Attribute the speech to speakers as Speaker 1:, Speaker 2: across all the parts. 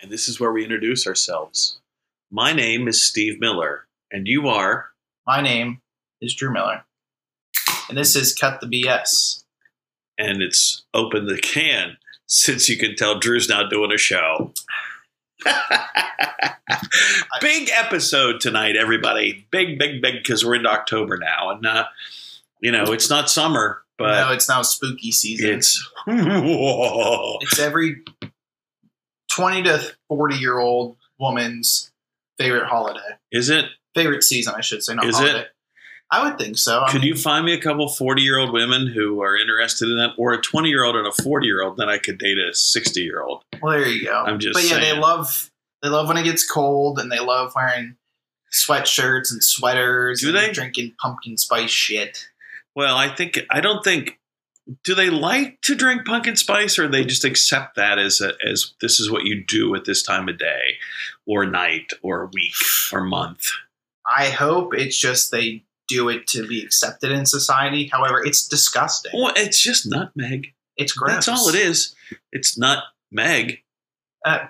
Speaker 1: and this is where we introduce ourselves. My name is Steve Miller, and you are.
Speaker 2: My name is Drew Miller, and this is Cut the BS.
Speaker 1: and it's open the can since you can tell Drew's not doing a show. big episode tonight, everybody. Big, big, big, because we're into October now. And, uh, you know, it's not summer,
Speaker 2: no,
Speaker 1: but
Speaker 2: it's now spooky season.
Speaker 1: it's. Whoa.
Speaker 2: It's every 20 to 40 year old woman's favorite holiday.
Speaker 1: Is it?
Speaker 2: Favorite season, I should say, not
Speaker 1: Is it?
Speaker 2: holiday. I would think so. I
Speaker 1: Could
Speaker 2: mean,
Speaker 1: you find me a couple 40 year old women who are interested in that, or a 20 year old and a 40 year old? Then I could date a 60 year old.
Speaker 2: well, there you go.
Speaker 1: I'm just
Speaker 2: But yeah, they
Speaker 1: saying.
Speaker 2: love they love when it gets cold, and they love wearing sweatshirts and sweaters.
Speaker 1: Do
Speaker 2: and
Speaker 1: they?
Speaker 2: drinking pumpkin spice shit?
Speaker 1: Well, I think I don't think do they like to drink pumpkin spice or they just accept that as a, as this is what you do at this time of day or night or week or month.
Speaker 2: I hope it's just they do it to be accepted in society. However, it's disgusting.
Speaker 1: Well, it's just nutmeg.
Speaker 2: It's gross.
Speaker 1: That's all it is. It's nutmeg.
Speaker 2: Uh,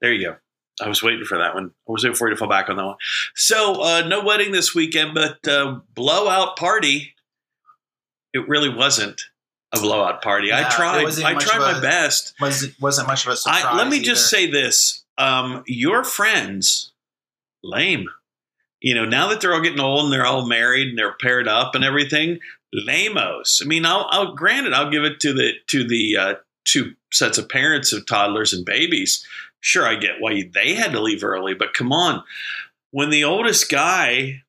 Speaker 1: There you go. I was waiting for that one. I was waiting for you to fall back on that one. So, uh, no wedding this weekend, but uh, blowout party. It really wasn't a blowout party.
Speaker 2: No,
Speaker 1: I
Speaker 2: it
Speaker 1: tried.
Speaker 2: wasn't
Speaker 1: I
Speaker 2: much
Speaker 1: tried
Speaker 2: of
Speaker 1: my
Speaker 2: a-
Speaker 1: best.
Speaker 2: was wasn't much of a surprise.
Speaker 1: I, let me just
Speaker 2: either.
Speaker 1: say this: um, your friends, lame. You know, now that they're all getting old and they're all married and they're paired up and everything, lamos. I mean, I'll, I'll granted, I'll give it to the to the uh, two sets of parents of toddlers and babies. Sure, I get why they had to leave early, but come on, when the oldest guy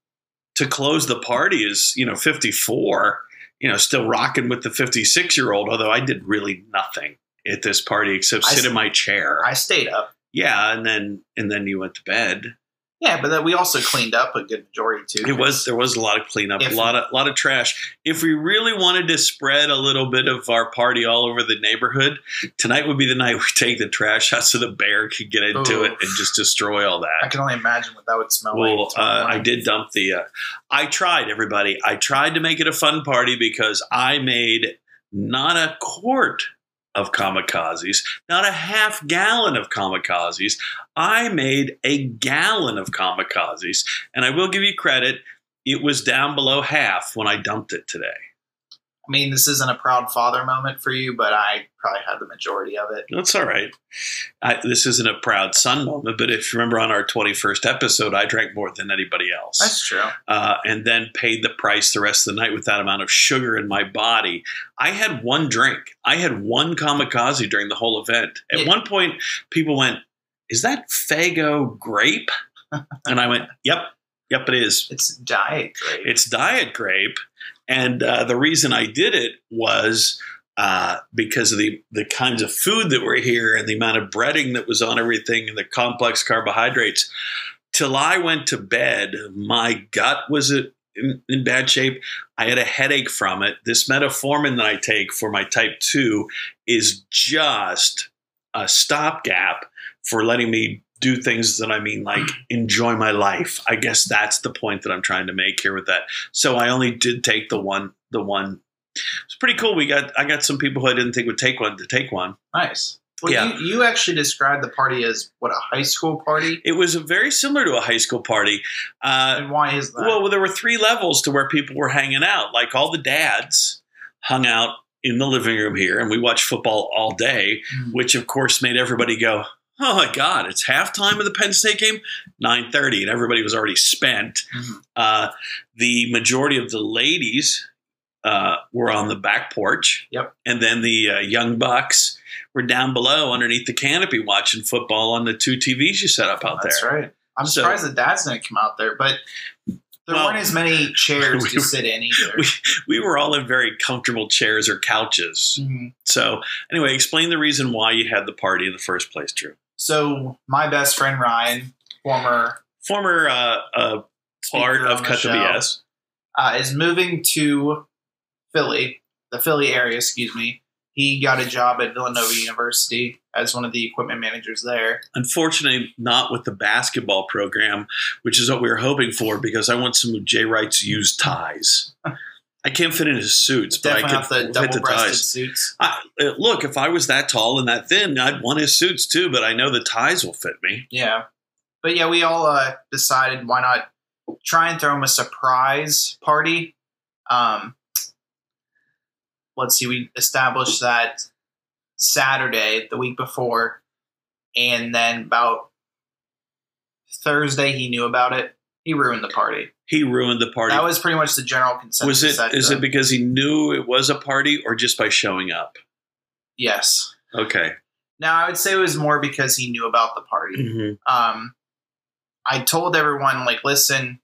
Speaker 1: to close the party is you know fifty four. You know, still rocking with the 56 year old, although I did really nothing at this party except
Speaker 2: I
Speaker 1: sit
Speaker 2: s-
Speaker 1: in my chair.
Speaker 2: I stayed up.
Speaker 1: yeah, and then and then you went to bed.
Speaker 2: Yeah, but then we also cleaned up a good majority too.
Speaker 1: It was there was a lot of cleanup,
Speaker 2: If-
Speaker 1: a lot of lot of trash. If we really wanted to spread a little bit of our party all over the neighborhood, tonight would be the night we take the trash out so the bear could get into
Speaker 2: Ooh.
Speaker 1: it and just destroy all
Speaker 2: I
Speaker 1: that.
Speaker 2: can only imagine what that would smell
Speaker 1: Well,
Speaker 2: like.
Speaker 1: uh, I did dump the. Uh, I tried, everybody. I tried to make it a fun party because I made not a quart of kamikazes, not a half gallon of kamikazes. I made a gallon of kamikazes. And I will give you credit, it was down below half when I dumped it today.
Speaker 2: I mean, this isn't a proud father moment for you, but I probably had the majority of it.
Speaker 1: That's all right. I, this isn't a proud son moment, but if you remember on our 21st episode, I drank more than anybody else.
Speaker 2: That's true.
Speaker 1: uh, and then paid the price the rest of the night with that amount of sugar in my body. I had one drink. I had one kamikaze during the whole event. At
Speaker 2: Yeah.
Speaker 1: one point, people went, "Is that Fago grape?" and I went, "Yep, yep, it is.
Speaker 2: It's diet grape.
Speaker 1: It's diet grape." And uh, the reason I did it was. Uh, because of the, the kinds of food that were here and the amount of breading that was on everything and the complex carbohydrates, till I went to bed, my gut was in, in bad shape. I had a headache from it. This metformin that I take for my type 2 is just a stopgap for letting me do things that I mean, like enjoy my life. I guess that's the point that I'm trying to make here with that. So I only did take the one, the one. It's pretty cool. We got, I got some people who I didn't think would take one to take one.
Speaker 2: nice. Well,
Speaker 1: Yeah.
Speaker 2: you, you actually described the party as what a high school party,
Speaker 1: It was very similar to a high school party. Uh,
Speaker 2: and why is that?
Speaker 1: Well, there were three levels to where people were hanging out. Like all the dads hung out in the living room here, and we watched football all day,
Speaker 2: Mm.
Speaker 1: which of course made everybody go, "Oh my God, it's halftime of the Penn State game, 9:30," and everybody was already spent.
Speaker 2: Mhm.
Speaker 1: Uh, the majority of the ladies uh, were on the back porch.
Speaker 2: Yep.
Speaker 1: And then the uh, young bucks were down below underneath the canopy watching football on the two TVs you set up out
Speaker 2: That's
Speaker 1: there.
Speaker 2: right. I'm
Speaker 1: So-
Speaker 2: surprised the dads didn't come out there, but There
Speaker 1: Well,
Speaker 2: weren't as many chairs
Speaker 1: we-
Speaker 2: to sit in either.
Speaker 1: we- We were all in very comfortable chairs or couches.
Speaker 2: Mhm.
Speaker 1: So, anyway, explain the reason why you had the party in the first place, Drew.
Speaker 2: So my best friend Ryan, former
Speaker 1: Former uh, uh, part
Speaker 2: Speaker
Speaker 1: of
Speaker 2: on the
Speaker 1: Cut the
Speaker 2: show.
Speaker 1: BS.
Speaker 2: uh, is moving to Philly, the Philly area, excuse me. He got a job at Villanova University as one of the equipment managers there.
Speaker 1: Unfortunately, not with the basketball program, which is what we were hoping for because I want some of Jay Wright's used ties. I can't fit in his suits, but
Speaker 2: Definitely
Speaker 1: I
Speaker 2: not
Speaker 1: can
Speaker 2: the
Speaker 1: fit
Speaker 2: double
Speaker 1: the
Speaker 2: breasted
Speaker 1: ties.
Speaker 2: suits.
Speaker 1: I, uh, look, if I was that tall and that thin, I'd want his suits too, but I know the ties will fit me.
Speaker 2: Yeah. But yeah, we all uh, decided why not try and throw him a surprise party. Um, let's see, we established that Saturday, the week before, and then about Thursday, he knew about it. He ruined the party.
Speaker 1: He ruined the party.
Speaker 2: That was pretty much the general consensus.
Speaker 1: was it?
Speaker 2: that
Speaker 1: Is
Speaker 2: the-
Speaker 1: it because he knew it was a party, or just by showing up?
Speaker 2: yes.
Speaker 1: Okay.
Speaker 2: Now I would say it was more because he knew about the party.
Speaker 1: Mm-hmm.
Speaker 2: Um, I told everyone like, listen,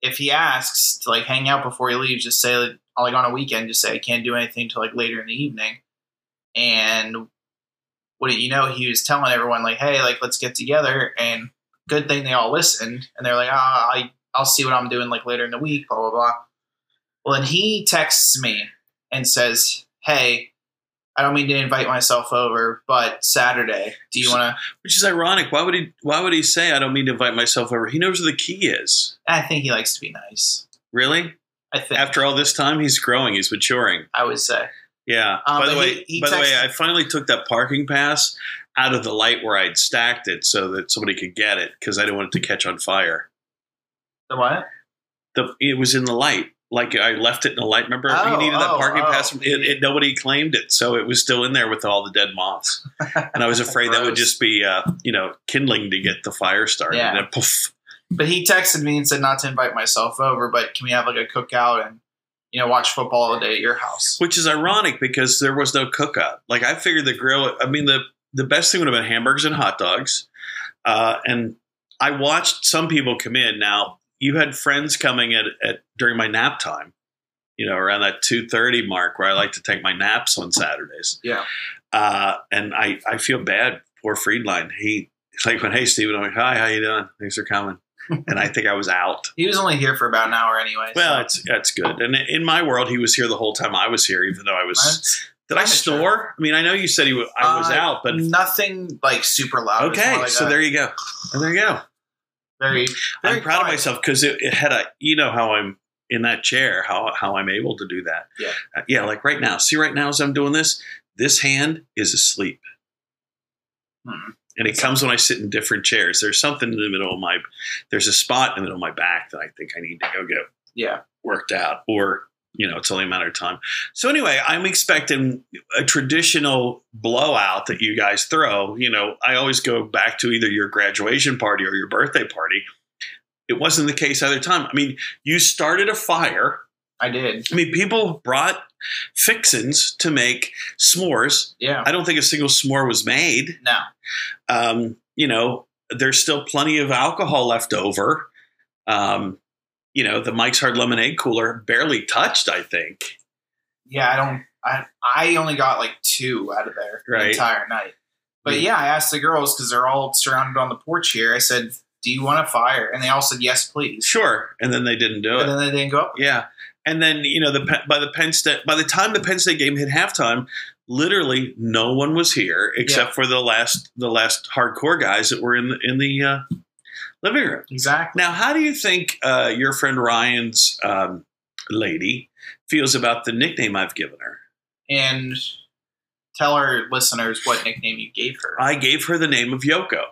Speaker 2: if he asks to like hang out before he leaves, just say like, like on a weekend, just say I can't do anything till like later in the evening. And what do you know? He was telling everyone like, hey, like let's get together. And good thing they all listened. And they're like, ah, I I'll see what I'm doing like later in the week. Blah blah blah. Well, then he texts me and says, hey. I don't mean to invite myself over, but Saturday, do you want to
Speaker 1: Which is ironic. Why would he? Why would he say, "I don't mean to invite myself over"? He knows where the key is.
Speaker 2: I think he likes to be nice.
Speaker 1: Really?
Speaker 2: I think
Speaker 1: After all this time, he's growing. He's maturing.
Speaker 2: I would say.
Speaker 1: Yeah.
Speaker 2: Um,
Speaker 1: by the
Speaker 2: but
Speaker 1: way,
Speaker 2: he- he
Speaker 1: by the way,
Speaker 2: texted-
Speaker 1: I finally took that parking pass out of the light where I'd stacked it so that somebody could get it because I didn't want it to catch on fire.
Speaker 2: The what?
Speaker 1: The it was in the light. Like I left it in the light. Remember,
Speaker 2: Oh,
Speaker 1: he needed that
Speaker 2: oh,
Speaker 1: parking
Speaker 2: oh.
Speaker 1: pass. From, it, it, nobody claimed it, so it was still in there with all the dead moths. And I was afraid that would
Speaker 2: Gross.
Speaker 1: just be, uh, you know, kindling to get the fire started.
Speaker 2: Yeah.
Speaker 1: And then poof.
Speaker 2: But he texted me and said not to invite myself over, but can we have like a cookout and you know watch football all day at your house?
Speaker 1: Which is ironic because there was no cook up. Like I figured the grill. I mean, the the best thing would have been hamburgers and hot dogs. Uh, and I watched some people come in. Now you had friends coming at, at during my nap time, you know, around that two thirty mark where I like to take my naps on Saturdays.
Speaker 2: Yeah.
Speaker 1: Uh, and I I feel bad. Poor Friedline. He like went, hey Steven, I'm like, hi, how you doing? Thanks for coming. and I think I was out.
Speaker 2: He was only here for about an hour anyway.
Speaker 1: Well, it's that's good. And in my world, he was here the whole time I was here, even though I was. Did I
Speaker 2: I'm sure.
Speaker 1: snore? I mean, I know you said he was, I was
Speaker 2: Uh,
Speaker 1: out, but
Speaker 2: nothing like super loud. It was
Speaker 1: okay.
Speaker 2: more like
Speaker 1: so
Speaker 2: a
Speaker 1: there you go. And there you go.
Speaker 2: very, very
Speaker 1: I'm proud of
Speaker 2: quiet.
Speaker 1: myself because it, it had a. You know how I'm in that chair, how how I'm able to do that.
Speaker 2: Yeah.
Speaker 1: Uh, yeah. Like right now, see right now as I'm doing this, this hand is asleep,
Speaker 2: Hmm.
Speaker 1: and it comes when I sit in different chairs. There's something in the middle of my. There's a spot in the middle of my back that I think I need to go get
Speaker 2: Yeah.
Speaker 1: worked out or you know it's only a matter of time so anyway i'm expecting a traditional blowout that you guys throw you know i always go back to either your graduation party or your birthday party it wasn't the case either time i mean you started a fire
Speaker 2: I did.
Speaker 1: i mean people brought fixins to make smores
Speaker 2: Yeah.
Speaker 1: i don't think a single smore was made
Speaker 2: No.
Speaker 1: um, you know, there's still plenty of alcohol left over. Um, you know, the Mike's Hard Lemonade cooler barely touched, I think.
Speaker 2: Yeah, I don't. I I only got like two out of there
Speaker 1: Right.
Speaker 2: the entire night. But
Speaker 1: Mm.
Speaker 2: yeah, I asked the girls because they're all surrounded on the porch here. I said, "Do you want a fire?" And they all said, "Yes, please."
Speaker 1: Sure. And then they didn't do
Speaker 2: And
Speaker 1: it.
Speaker 2: then they didn't go up.
Speaker 1: Yeah. And then, you know, the Pe- by the Penn State by the time the Penn State game hit halftime, literally no one was here except for the last the last hardcore guys that were in the in the uh, living room.
Speaker 2: Exactly.
Speaker 1: Now, how do you think uh, your friend Ryan's um, lady feels about the nickname I've given her?
Speaker 2: And tell our listeners what nickname you gave her
Speaker 1: I gave her the name of Yoko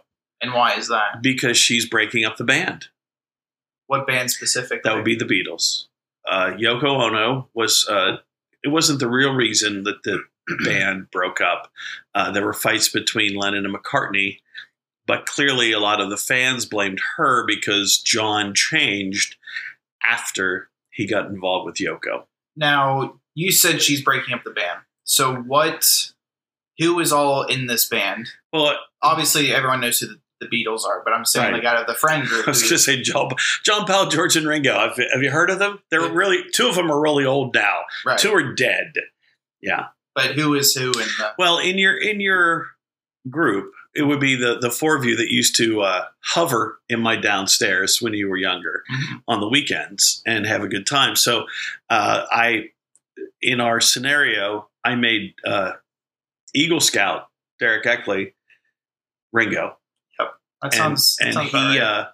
Speaker 2: and why is that?
Speaker 1: because she's breaking up the band.
Speaker 2: What band specifically?
Speaker 1: That would be the Beatles. Uh, Yoko Ono was. Uh, it wasn't the real reason that the band broke up. Uh, there were fights between Lennon and McCartney, but clearly a lot of the fans blamed her because John changed after he got involved with Yoko.
Speaker 2: now you said she's breaking up the band. So what? Who is all in this band?
Speaker 1: Well,
Speaker 2: Obviously, everyone knows who the the Beatles are, but I'm saying
Speaker 1: Right.
Speaker 2: like out of the friend group.
Speaker 1: I was
Speaker 2: who-
Speaker 1: going to say John, John Powell, George, and Ringo. Have, have you heard of them? They're
Speaker 2: Yeah.
Speaker 1: really two of them are really old now.
Speaker 2: right.
Speaker 1: Two are dead. Yeah.
Speaker 2: But who is who in the
Speaker 1: Well, in your in your group, it would be the the four of you that used to uh, hover in my downstairs when you were younger
Speaker 2: Mhm.
Speaker 1: on the weekends and have a good time. So, uh, I in our scenario, I made uh, Eagle Scout Derek Eckley Ringo, and,
Speaker 2: that sounds
Speaker 1: and
Speaker 2: sounds
Speaker 1: he
Speaker 2: about right.
Speaker 1: uh,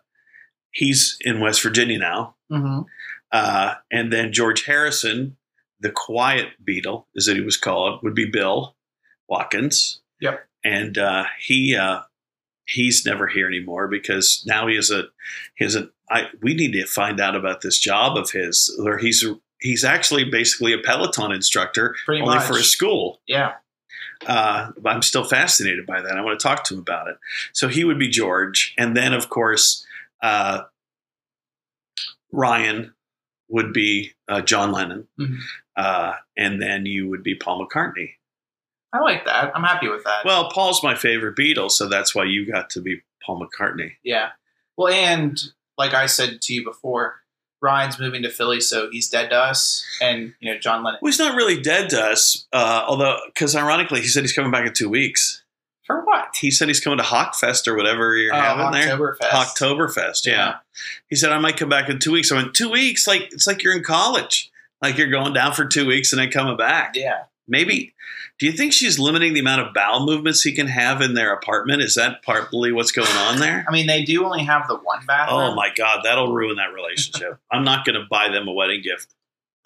Speaker 1: he's in West Virginia now.
Speaker 2: Mhm.
Speaker 1: Uh, and then George Harrison, the quiet beetle, as he was called, would be Bill Watkins.
Speaker 2: Yep.
Speaker 1: And uh, he uh, he's never here anymore because now he is a he's a I we need to find out about this job of his. Or he's he's actually basically a Peloton instructor
Speaker 2: pretty
Speaker 1: only
Speaker 2: much
Speaker 1: for a school.
Speaker 2: yeah
Speaker 1: Uh, but I'm still fascinated by that. I want to talk to him about it. So he would be George, and then of course uh, Ryan would be uh, John Lennon,
Speaker 2: Mhm.
Speaker 1: uh, and then you would be Paul McCartney.
Speaker 2: I like that I'm happy with that
Speaker 1: Well, Paul's my favorite Beatle, so that's why you got to be Paul McCartney.
Speaker 2: yeah well and like I said to you before Ryan's moving to Philly so he's dead to us and you know John Lennon
Speaker 1: Well, he's not really dead to us, uh, although because ironically he said he's coming back in two weeks.
Speaker 2: for what
Speaker 1: He said he's coming to Hawkfest or whatever you're
Speaker 2: Oh,
Speaker 1: having there.
Speaker 2: Oktoberfest
Speaker 1: Oktoberfest. Yeah. He said, I might come back in two weeks. I went, two weeks? Like, it's like you're in college. Like you're going down for two weeks and then coming back.
Speaker 2: yeah
Speaker 1: Maybe. Do you think she's limiting the amount of bowel movements he can have in their apartment? Is that partly what's going on there?
Speaker 2: I mean they do only have the one bathroom
Speaker 1: Oh my God, that'll ruin that relationship. I'm not going to buy them a wedding gift.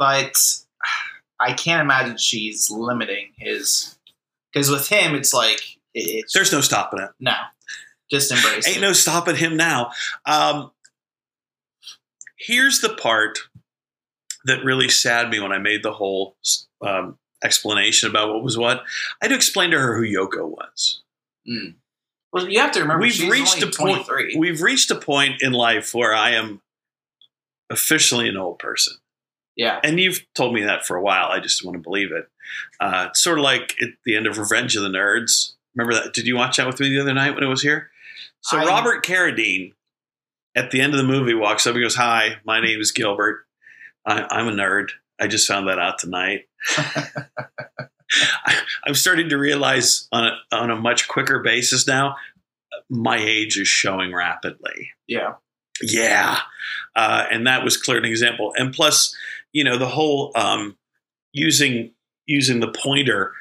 Speaker 2: but I can't imagine she's limiting his because with him it's like it- it's
Speaker 1: There's no stopping it.
Speaker 2: no just embrace
Speaker 1: Ain't
Speaker 2: it.
Speaker 1: no stopping him now. Um, here's the part that really sad me when I made the whole um, explanation about what was what. I had to explain to her who Yoko was.
Speaker 2: Mm. Well, you have to remember
Speaker 1: We've
Speaker 2: she's
Speaker 1: reached
Speaker 2: only
Speaker 1: a point-
Speaker 2: 23.
Speaker 1: We've reached a point in life where I am officially an old person.
Speaker 2: yeah,
Speaker 1: And you've told me that for a while. I just want to believe it. Uh, it's sort of like at the end of Revenge of the Nerds. Remember that? Did you watch that with me the other night when it was here? So
Speaker 2: I-
Speaker 1: Robert Carradine at the end of the movie walks up and goes, "Hi, my name is Gilbert. I, I'm a nerd. I just found that out tonight." I, I'm starting to realize on a, on a much quicker basis now, my age is showing rapidly.
Speaker 2: yeah,
Speaker 1: Yeah. Uh, and that was clear an example. And plus, you know, the whole um, using using the pointer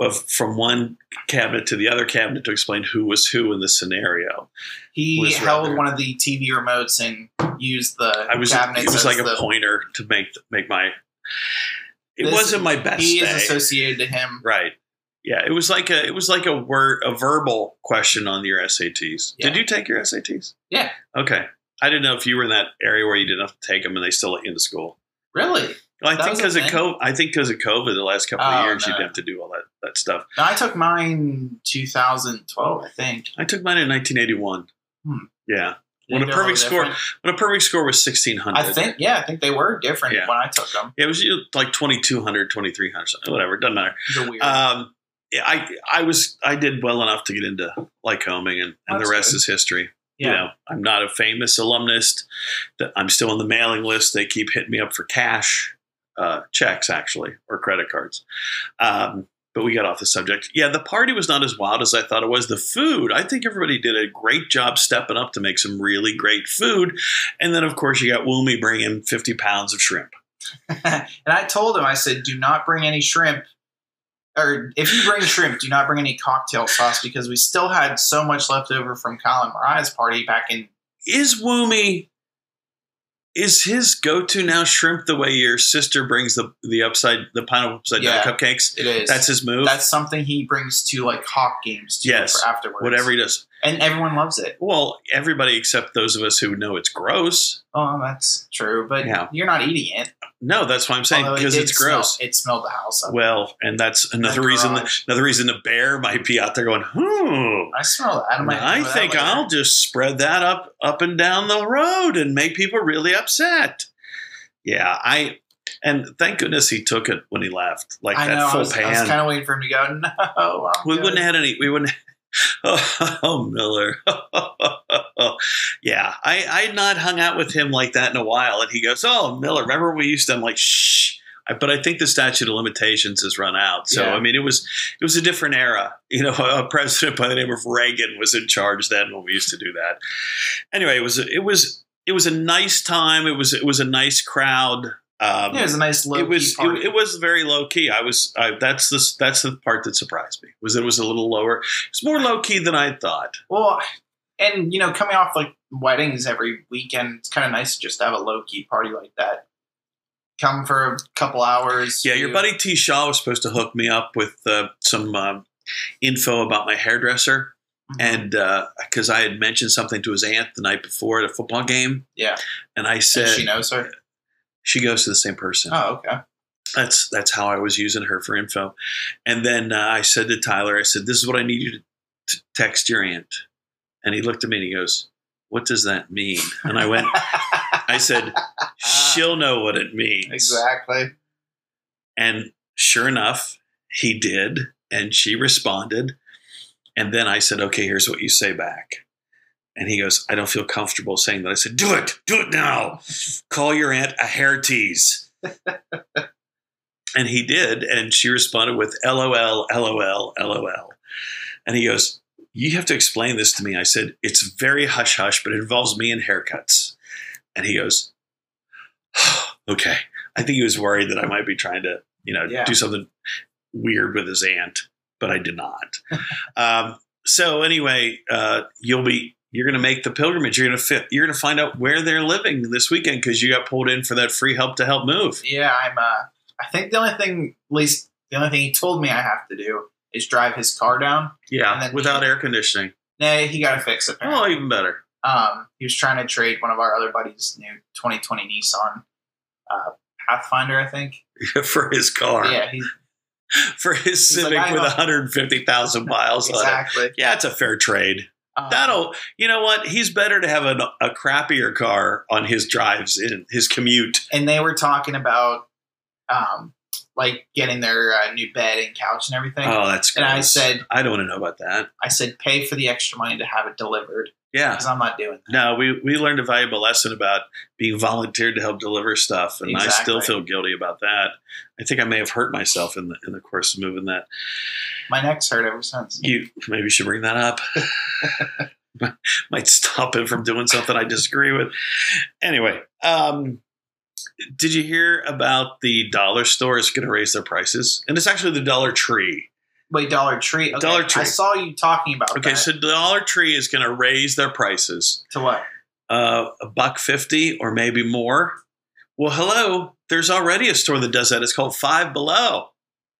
Speaker 1: of from one cabinet to the other cabinet to explain who was who in the scenario.
Speaker 2: he
Speaker 1: Was
Speaker 2: held
Speaker 1: rather-
Speaker 2: one of the TV remotes and used the
Speaker 1: I was
Speaker 2: cabinets.
Speaker 1: it was
Speaker 2: as
Speaker 1: like a
Speaker 2: the,
Speaker 1: pointer to make make my it
Speaker 2: This-
Speaker 1: wasn't my best
Speaker 2: He is
Speaker 1: day.
Speaker 2: associated to him.
Speaker 1: right. Yeah, it was like a it was like a word a verbal question on your SATs.
Speaker 2: Yeah.
Speaker 1: Did you take your SATs?
Speaker 2: Yeah.
Speaker 1: Okay. I didn't know if you were in that area where you didn't have to take them and they still let you into school.
Speaker 2: Really?
Speaker 1: Well, I
Speaker 2: That
Speaker 1: think
Speaker 2: was
Speaker 1: because
Speaker 2: a
Speaker 1: of
Speaker 2: thing?
Speaker 1: COVID, I think 'cause of COVID, the last couple
Speaker 2: Oh,
Speaker 1: of years,
Speaker 2: no.
Speaker 1: you'd have to do all that, that stuff.
Speaker 2: No, I took mine 2012, I think.
Speaker 1: I took mine in 1981.
Speaker 2: Hmm.
Speaker 1: Yeah,
Speaker 2: They
Speaker 1: When a
Speaker 2: did
Speaker 1: perfect
Speaker 2: little
Speaker 1: score-
Speaker 2: different.
Speaker 1: but a perfect score was 1600.
Speaker 2: I think, yeah, I think they were different
Speaker 1: Yeah.
Speaker 2: when I took them.
Speaker 1: Yeah, it was you know, like 2200, 2300, something, whatever. Doesn't matter.
Speaker 2: They're weird.
Speaker 1: Um, yeah, I I was I did well enough to get into Lycoming, and, and the
Speaker 2: That's
Speaker 1: rest
Speaker 2: good.
Speaker 1: is history.
Speaker 2: yeah.
Speaker 1: You know, I'm not a famous alumnist. That I'm still on the mailing list. They keep hitting me up for cash, uh, checks actually, or credit cards. Um, but we got off the subject. Yeah, the party was not as wild as I thought it was. The food, I think everybody did a great job stepping up to make some really great food. And then, of course, you got Woomy bringing 50 pounds of shrimp.
Speaker 2: and I told him, I said, do not bring any shrimp. Or if you bring shrimp, do not bring any cocktail sauce because we still had so much left over from Colin Mariah's party back in.
Speaker 1: Is Woomy, is his go to now shrimp the way your sister brings the, the upside, the pineapple upside
Speaker 2: Yeah.
Speaker 1: down cupcakes?
Speaker 2: It is.
Speaker 1: That's his move.
Speaker 2: That's something he brings to like hawk games too
Speaker 1: Yes.
Speaker 2: for afterwards.
Speaker 1: whatever he does.
Speaker 2: And everyone loves it.
Speaker 1: Well, everybody except those of us who know it's gross.
Speaker 2: Oh, that's true. But
Speaker 1: Yeah.
Speaker 2: you're not eating it.
Speaker 1: No, that's why I'm saying
Speaker 2: although it
Speaker 1: because
Speaker 2: did
Speaker 1: it's
Speaker 2: smell-
Speaker 1: gross.
Speaker 2: it smelled the house up.
Speaker 1: well, and that's another
Speaker 2: The
Speaker 1: reason. That,
Speaker 2: garage.
Speaker 1: another reason the bear might be out there going, "Hmm."
Speaker 2: I smell that. I, might
Speaker 1: I
Speaker 2: do that
Speaker 1: think
Speaker 2: later.
Speaker 1: I'll just spread that up up and down the road and make people really upset. Yeah, I and thank goodness he took it when he left, like
Speaker 2: I
Speaker 1: that
Speaker 2: know. I
Speaker 1: full
Speaker 2: was,
Speaker 1: pan.
Speaker 2: kind of waiting for him to go. No, I'm
Speaker 1: we
Speaker 2: good."
Speaker 1: wouldn't have had any. We wouldn't Oh, Miller. yeah, I I had not hung out with him like that in a while, and he goes, "Oh, Miller, remember we used to?" I'm like, "Shh." I- But I think the statute of limitations has run out. So
Speaker 2: Yeah.
Speaker 1: I mean, it was it was a different era. You know, a president by the name of Reagan was in charge then when we used to do that. Anyway, it was it was it was a nice time. It was it was a nice crowd. Um,
Speaker 2: Yeah, it was a nice low.
Speaker 1: it was it, it was very low key. I was I, that's the that's the part that surprised me was it was a little lower. It's more low key than I thought.
Speaker 2: well, and you know, coming off like weddings every weekend, it's kind of nice to just have a low key party like that. Come for a couple hours.
Speaker 1: Yeah, your
Speaker 2: you-
Speaker 1: buddy T Shaw was supposed to hook me up with uh, some um info about my hairdresser,
Speaker 2: mm-hmm.
Speaker 1: and because I had mentioned something to his aunt the night before at a football game,
Speaker 2: yeah,
Speaker 1: and I
Speaker 2: and
Speaker 1: said
Speaker 2: she knows her.
Speaker 1: she goes to the same person.
Speaker 2: Oh, okay.
Speaker 1: That's that's how I was using her for info, and then uh, I said to Tyler, I said, "This is what I need you to t- text your aunt," and he looked at me and he goes. What does that mean? And I went, I said, she'll know what it means.
Speaker 2: exactly.
Speaker 1: And sure enough, he did. And she responded. And then I said, okay, here's what you say back. And he goes, I don't feel comfortable saying that. I said, do it, do it now. Call your aunt a hair tease. and he did. And she responded with LOL, LOL, LOL. And he goes, You have to explain this to me. I said, It's very hush hush, but it involves me and haircuts. And he goes, Okay. I think he was worried that I might be trying to, you know,
Speaker 2: Yeah.
Speaker 1: do something weird with his aunt, but I did not. um, so anyway, uh, you'll be you're going to make the pilgrimage. You're going to fit. You're going to find out where they're living this weekend because you got pulled in for that free help to help move.
Speaker 2: Yeah, I'm. Uh, I think the only thing, at least the only thing he told me I have to do is drive his car down. And
Speaker 1: Yeah,
Speaker 2: then-
Speaker 1: without air conditioning.
Speaker 2: Nay, he got to fix it.
Speaker 1: Oh, even better.
Speaker 2: Um, he was trying to trade one of our other buddies' new 2020 Nissan uh, Pathfinder, I think.
Speaker 1: for his car,
Speaker 2: Yeah, he's
Speaker 1: for his
Speaker 2: He's like,
Speaker 1: Civic
Speaker 2: I
Speaker 1: with
Speaker 2: know-
Speaker 1: 150,000 miles on it.
Speaker 2: exactly.
Speaker 1: Yeah, it's a fair trade.
Speaker 2: Um,
Speaker 1: That'll, you know what? He's better to have an, a crappier car on his drives in his commute.
Speaker 2: and they were talking about um, like getting their uh, new bed and couch and everything.
Speaker 1: Oh, that's
Speaker 2: and I
Speaker 1: gross.
Speaker 2: said,
Speaker 1: I don't want to know about that.
Speaker 2: I said, pay for the extra money to have it delivered
Speaker 1: Yeah.
Speaker 2: because I'm not doing that.
Speaker 1: No, we, we learned a valuable lesson about being volunteered to help deliver stuff, and I
Speaker 2: Exactly.
Speaker 1: still feel guilty about that. I think I may have hurt myself in the in the course of moving that.
Speaker 2: My neck's hurt ever since.
Speaker 1: You maybe should bring that up. Might stop him from doing something I disagree with. Anyway, um, did you hear about the dollar store is going to raise their prices? And it's actually the Dollar Tree.
Speaker 2: Wait, Dollar Tree. Okay,
Speaker 1: Dollar Tree.
Speaker 2: I saw you talking about
Speaker 1: Okay,
Speaker 2: that.
Speaker 1: so Dollar Tree is going to raise their prices.
Speaker 2: to what?
Speaker 1: uh, a buck fifty or maybe more. Well, hello, there's already a store that does that. It's called Five Below.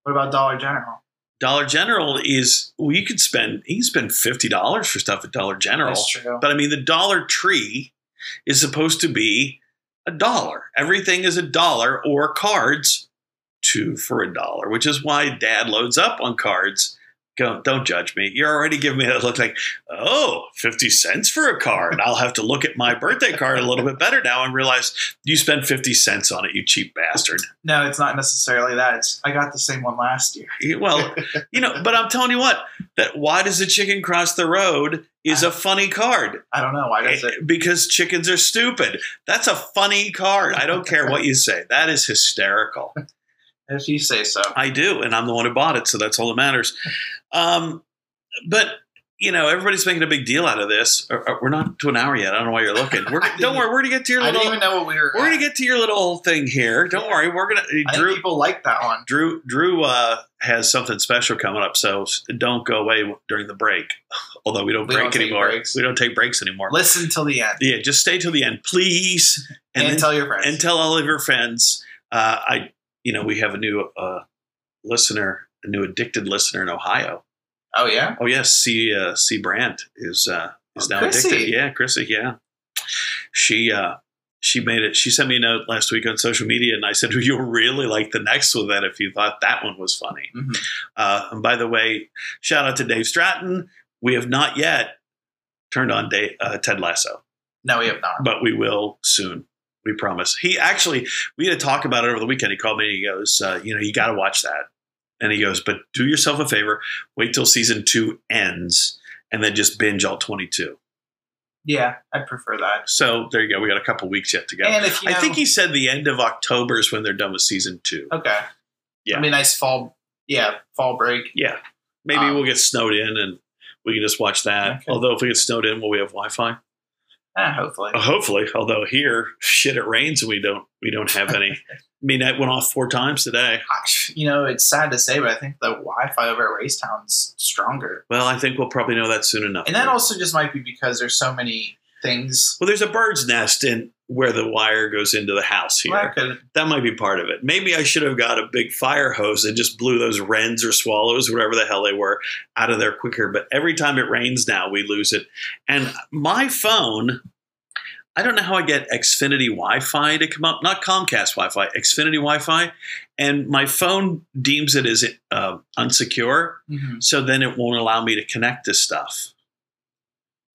Speaker 2: What about Dollar General?
Speaker 1: Dollar General is well, you could spend you can spend fifty dollars for stuff at Dollar General.
Speaker 2: That's true.
Speaker 1: But I mean, the Dollar Tree is supposed to be a dollar. Everything is a dollar or cards, two for a dollar, which is why Dad loads up on cards. Go, don't judge me. You're already giving me that look like, oh, 50 cents for a card. I'll have to look at my birthday card a little bit better now and realize you spent 50 cents on it, you cheap bastard.
Speaker 2: No, it's not necessarily that. It's, I got the same one last year.
Speaker 1: Well, you know, but I'm telling you what, that why does the chicken cross the road is a funny card.
Speaker 2: I don't know why does it.
Speaker 1: Because chickens are stupid. That's a funny card. I don't care what you say. That is hysterical.
Speaker 2: If you say so,
Speaker 1: I do, and I'm the one who bought it, so that's all that matters. Um, but you know, everybody's making a big deal out of this. Uh, uh, We're not to an hour yet. I don't know why you're looking. We're,
Speaker 2: I
Speaker 1: don't
Speaker 2: didn't-
Speaker 1: worry. We're gonna get to your
Speaker 2: I didn't
Speaker 1: little.
Speaker 2: even know what we were.
Speaker 1: We're gonna get to your little thing here. Don't worry. We're gonna
Speaker 2: I think
Speaker 1: Drew.
Speaker 2: people like that one.
Speaker 1: Drew Drew uh, has something special coming up, so don't go away during the break. Although we don't
Speaker 2: We
Speaker 1: break
Speaker 2: don't take
Speaker 1: anymore.
Speaker 2: breaks.
Speaker 1: We don't take breaks anymore.
Speaker 2: Listen till the end
Speaker 1: yeah, just stay till the end, please.
Speaker 2: and,
Speaker 1: then-
Speaker 2: tell your friends.
Speaker 1: and tell all of your friends. Uh, I, you know, we have a new uh, listener, a new addicted listener in Ohio.
Speaker 2: oh yeah,
Speaker 1: Oh yes, C uh, C Brandt is uh, is
Speaker 2: Oh,
Speaker 1: now
Speaker 2: Chrissy.
Speaker 1: addicted. Yeah, Chrissy. Yeah, she uh, she made it. She sent me a note last week on social media, and I said, "You'll really like the next one then if you thought that one was funny."
Speaker 2: Mhm.
Speaker 1: Uh, and by the way, shout out to Dave Stratton. We have not yet turned on Dave, uh, Ted Lasso
Speaker 2: no, we have not.
Speaker 1: but we will soon. We promise. He actually, we had a talk about it over the weekend. He called me and he goes, uh, you know, you got to watch that. And he goes, but do yourself a favor, wait till season two ends and then just binge all 22.
Speaker 2: Yeah, I prefer that.
Speaker 1: So there you go. We got a couple weeks yet to go.
Speaker 2: And if you know,
Speaker 1: I think he said the end of October is when they're done with season two.
Speaker 2: okay.
Speaker 1: Yeah.
Speaker 2: I mean, nice fall. Yeah, fall break.
Speaker 1: Yeah. Maybe
Speaker 2: Um,
Speaker 1: we'll get snowed in and we can just watch that.
Speaker 2: Okay.
Speaker 1: Although if we get snowed in, will we have Wi-Fi?
Speaker 2: Eh, hopefully.
Speaker 1: Uh, hopefully. Although here, shit, it rains and we don't we don't have any. I mean, that went off four times today.
Speaker 2: I- You know, it's sad to say, but I think the Wi-Fi over at Racetown's stronger.
Speaker 1: Well, I think we'll probably know that soon enough.
Speaker 2: And that also just might be because there's so many things.
Speaker 1: well, there's a bird's nest in where the wire goes into the house here.
Speaker 2: Well, that could-
Speaker 1: That might be part of it. Maybe I should have got a big fire hose and just blew those wrens or swallows, whatever the hell they were, out of there quicker. But every time it rains now, we lose it. And my phone, I don't know how I get Xfinity Wi Fi to come up, not Comcast Wi Fi, Xfinity Wi Fi. And my phone deems it as uh, unsecure.
Speaker 2: Mhm.
Speaker 1: So then it won't allow me to connect to stuff.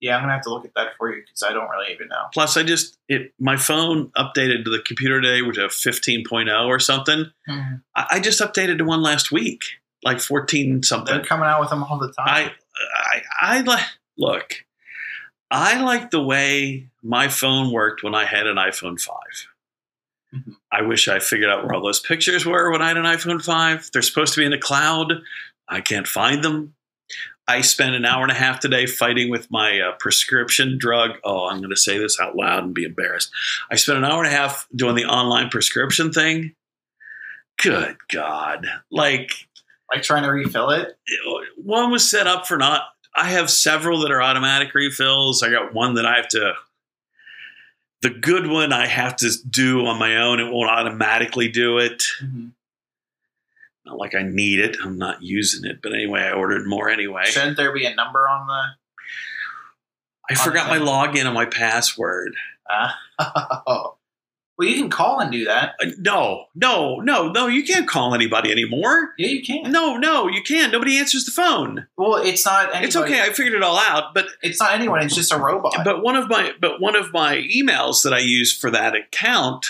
Speaker 2: Yeah, I'm gonna have to look at that for you because I don't really even know.
Speaker 1: Plus, I just it my phone updated to the computer today, which a 15.0 or something.
Speaker 2: Mhm.
Speaker 1: I, I just updated to one last week, like 14
Speaker 2: They're
Speaker 1: something.
Speaker 2: coming out with them all the time.
Speaker 1: I I I like look. I like the way my phone worked when I had an iPhone 5.
Speaker 2: Mhm.
Speaker 1: I wish I figured out where all those pictures were when I had an iPhone 5. They're supposed to be in the cloud. I can't find them. I spent an hour and a half today fighting with my uh, prescription drug. Oh, I'm going to say this out loud and be embarrassed. I spent an hour and a half doing the online prescription thing. Good God. Like,
Speaker 2: like trying to refill it.
Speaker 1: one was set up for not. I have several that are automatic refills. I got one that I have to. The good one I have to do on my own. It won't automatically do it.
Speaker 2: Mhm.
Speaker 1: Not like I need it. I'm not using it. But anyway, I ordered more anyway.
Speaker 2: Shouldn't there be a number on the?
Speaker 1: I forgot my login and my password.
Speaker 2: Oh. Well, you can call and do that.
Speaker 1: Uh, No, no, no, no. You can't call anybody anymore.
Speaker 2: Yeah, you can.
Speaker 1: No, no, you can't. Nobody answers the phone.
Speaker 2: Well, it's not. Anybody.
Speaker 1: It's okay. I figured it all out. But
Speaker 2: It's not anyone. It's just a robot.
Speaker 1: but one of my but one of my emails that I use for that account,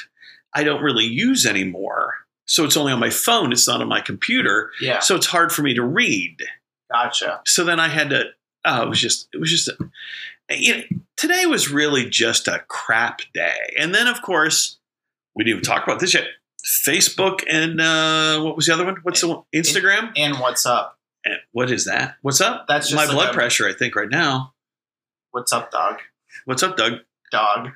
Speaker 1: I don't really use anymore. So it's only on my phone. It's not on my computer.
Speaker 2: yeah.
Speaker 1: So it's hard for me to read.
Speaker 2: Gotcha.
Speaker 1: So then I had to. Oh, it was just. It was just. You know, today was really just a crap day. And then of course, we didn't even talk about this yet. Facebook and uh, what was the other one? What's the one? Instagram?
Speaker 2: And what's up?
Speaker 1: And what is that? What's up?
Speaker 2: That's just
Speaker 1: my
Speaker 2: like
Speaker 1: blood
Speaker 2: a-
Speaker 1: pressure. I think right now.
Speaker 2: What's up, dog?
Speaker 1: What's up, Doug?
Speaker 2: Dog.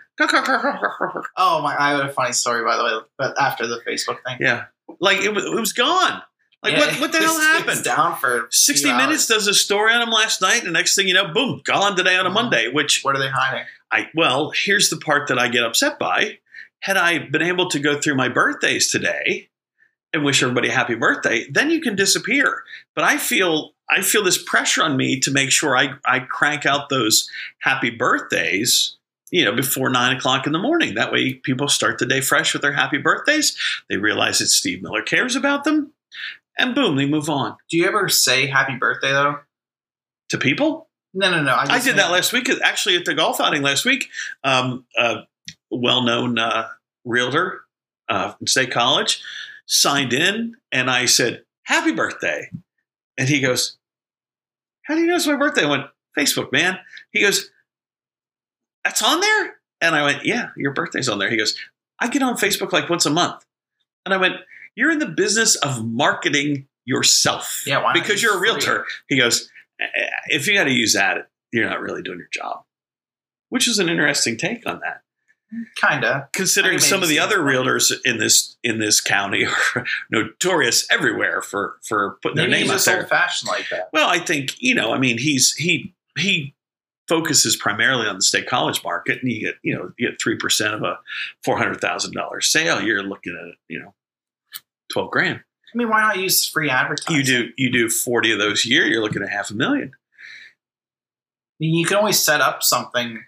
Speaker 2: Oh my! I had a funny story by the way, but after the Facebook thing.
Speaker 1: Yeah. Like it was, it was gone. Like
Speaker 2: Yeah,
Speaker 1: what, what the hell
Speaker 2: it's- it's
Speaker 1: happened?
Speaker 2: down for a
Speaker 1: 60
Speaker 2: few hours.
Speaker 1: Minutes does a story on him last night, and next thing you know, boom, gone today on a
Speaker 2: Mhm.
Speaker 1: Monday, which
Speaker 2: What are they hiding?
Speaker 1: I, well, here's the part that I get upset by. Had I been able to go through my birthdays today and wish everybody a happy birthday, then you can disappear. But I feel I feel this pressure on me to make sure I, I crank out those happy birthdays, you know, before nine o'clock in the morning. That way people start the day fresh with their happy birthdays. They realize that Steve Miller cares about them, and boom, they move on.
Speaker 2: Do you ever say happy birthday though?
Speaker 1: To people,
Speaker 2: No, no, no. I, just
Speaker 1: I did that
Speaker 2: mean-
Speaker 1: last week. Actually, at the golf outing last week, um, a well-known uh, realtor uh, from State College signed in, and I said, "Happy birthday," and he goes, "How do you know it's my birthday?" I went, "Facebook, man." He goes, "That's on there," and I went, "Yeah, your birthday's on there." He goes, "I get on Facebook like once a month," and I went, "You're in the business of marketing yourself,
Speaker 2: Yeah, why not
Speaker 1: because
Speaker 2: use
Speaker 1: you're a
Speaker 2: free?
Speaker 1: realtor." He goes "Eh, if you got to use that, you're not really doing your job. Which is an interesting take on that,
Speaker 2: Kinda. I
Speaker 1: considering
Speaker 2: can
Speaker 1: some of the
Speaker 2: maybe see
Speaker 1: other
Speaker 2: that.
Speaker 1: realtors in this in this county are notorious everywhere for for putting
Speaker 2: Maybe
Speaker 1: their
Speaker 2: he's
Speaker 1: name out
Speaker 2: just
Speaker 1: there.
Speaker 2: old fashioned like that.
Speaker 1: Well, I think you know. I mean, he's he he focuses primarily on the state college market, and you get you know you get three percent of a four hundred thousand dollar sale. You're looking at you know twelve grand.
Speaker 2: I mean, why not use free advertising?
Speaker 1: You do you do forty of those a year. You're looking at half a million.
Speaker 2: I mean, you can always set up something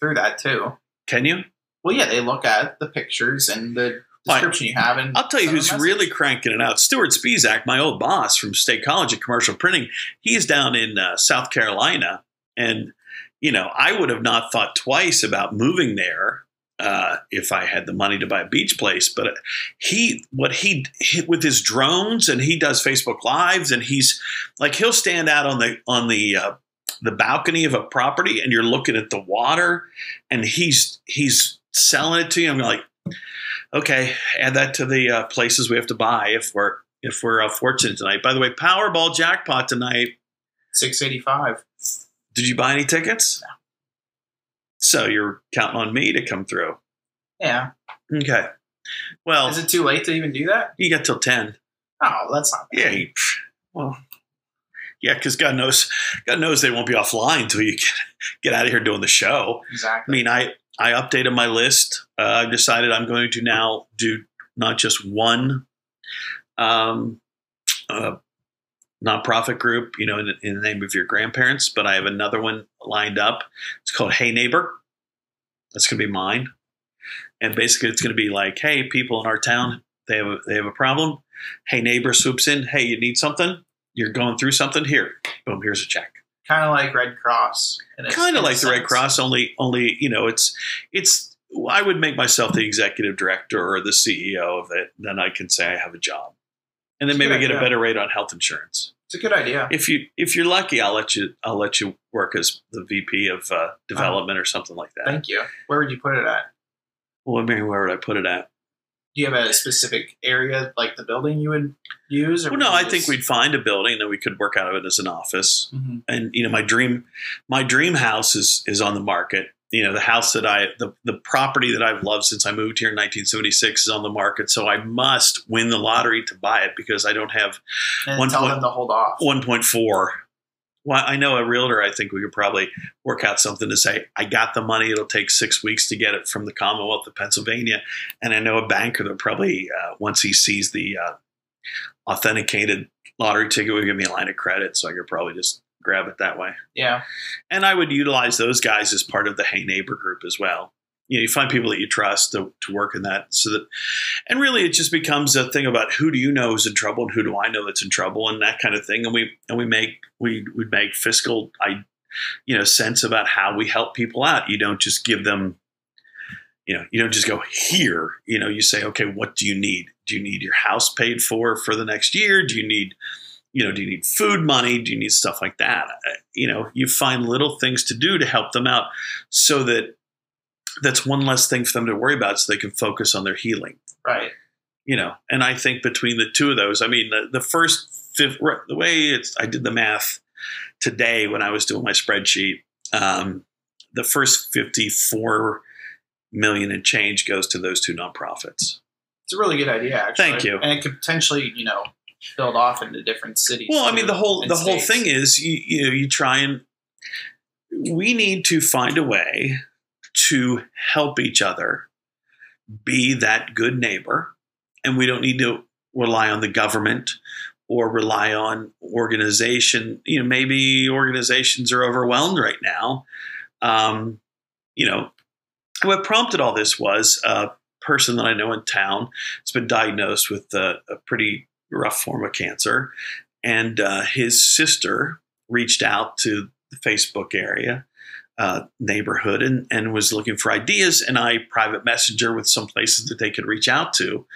Speaker 2: through that too.
Speaker 1: Can you?
Speaker 2: Well, yeah, they look at the pictures and the
Speaker 1: Fine.
Speaker 2: description you have, and
Speaker 1: I'll tell you
Speaker 2: send a
Speaker 1: who's
Speaker 2: message.
Speaker 1: really cranking it out. Stuart Spizak, my old boss from State College at Commercial Printing, he is down in uh, South Carolina, and you know I would have not thought twice about moving there uh, if I had the money to buy a beach place. But uh, he, what he, he with his drones, and he does Facebook Lives, and he's like he'll stand out on the on the uh, off the balcony of a property and you're looking at the water and he's he's selling it to you. I'm like, okay, add that to the uh, places we have to buy if we're if we're uh, fortunate tonight. By the way, Powerball jackpot tonight.
Speaker 2: Six eighty five.
Speaker 1: Did you buy any tickets?
Speaker 2: No.
Speaker 1: So you're counting on me to come through.
Speaker 2: Yeah.
Speaker 1: Okay. Well,
Speaker 2: Is it too late to even do that?
Speaker 1: you got till ten.
Speaker 2: Oh, that's not.
Speaker 1: Yeah, he, pff, well, yeah, because God knows, God knows they won't be offline until you get, get out of here doing the show. I
Speaker 2: Exactly.
Speaker 1: mean, I I updated my list. Uh, I've decided I'm going to now do not just one um, uh, nonprofit group, you know, in, in the name of your grandparents, but I have another one lined up. It's called Hey Neighbor. That's going to be mine, and basically, it's going to be like, hey, people in our town, they have a, they have a problem. Hey, neighbor swoops in. Hey, you need something? You're going through something? Here, boom. Here's a check
Speaker 2: kind of like Red Cross. in a-
Speaker 1: kind
Speaker 2: in
Speaker 1: of
Speaker 2: a
Speaker 1: like the Red
Speaker 2: sense.
Speaker 1: Cross, only only you know it's it's. I would make myself the executive director or the CEO of it, then I can say I have a job, and then maybe
Speaker 2: Good
Speaker 1: get a
Speaker 2: idea.
Speaker 1: better rate on health insurance.
Speaker 2: It's a good idea.
Speaker 1: If you if you're lucky, I'll let you I'll let you work as the VP of uh, development or something like that.
Speaker 2: Thank you. Where would you put it at?
Speaker 1: Well, I mean, where would I put it at?
Speaker 2: Do you have a specific area like the building you would use? Or
Speaker 1: Well,
Speaker 2: would
Speaker 1: no,
Speaker 2: you
Speaker 1: I
Speaker 2: just-
Speaker 1: think we'd find a building and then we could work out of it as an office.
Speaker 2: Mhm.
Speaker 1: and you know my dream my dream house is is on the market you know the house that i the, the property that i've loved since i moved here in 1976 is on the market so i must win the lottery to buy it because i don't have
Speaker 2: and
Speaker 1: One
Speaker 2: tell
Speaker 1: point-
Speaker 2: them to hold off.
Speaker 1: 1.4 well i know a realtor i think we could probably work out something to say i got the money it'll take six weeks to get it from the commonwealth of pennsylvania and i know a banker that probably uh, once he sees the uh, authenticated lottery ticket will give me a line of credit so i could probably just grab it that way
Speaker 2: Yeah,
Speaker 1: and I would utilize those guys as part of the Hey Neighbor group as well. You know, you find people that you trust to, to work in that, so that, and really, it just becomes a thing about who do you know is in trouble and who do I know that's in trouble and that kind of thing. And we and we make we would make fiscal, I, you know, sense about how we help people out. You don't just give them, you know, you don't just go here. You know, you say, okay, what do you need? Do you need your house paid for for the next year? Do you need you know, do you need food money? Do you need stuff like that? Uh, You know, you find little things to do to help them out so that that's one less thing for them to worry about so they can focus on their healing,
Speaker 2: right.
Speaker 1: you know. And I think between the two of those, I mean, the, the first fifth, right, the way it's, I did the math today when I was doing my spreadsheet, um, the first 54 million and change goes to those two nonprofits.
Speaker 2: It's a really good idea. Actually.
Speaker 1: Thank you.
Speaker 2: And it could potentially, you know, build off into different cities.
Speaker 1: Well, I
Speaker 2: too,
Speaker 1: mean, the whole
Speaker 2: and
Speaker 1: the whole
Speaker 2: states.
Speaker 1: thing is you, you know you try and we need to find a way to help each other be that good neighbor, and we don't need to rely on the government or rely on organization. You know, maybe organizations are overwhelmed right now. Um, you know, what prompted all this was a person that I know in town has been diagnosed with a, a pretty rough form of cancer, and uh, his sister reached out to the Facebook area uh, neighborhood and, and was looking for ideas. And I private messenger with some places that they could reach out to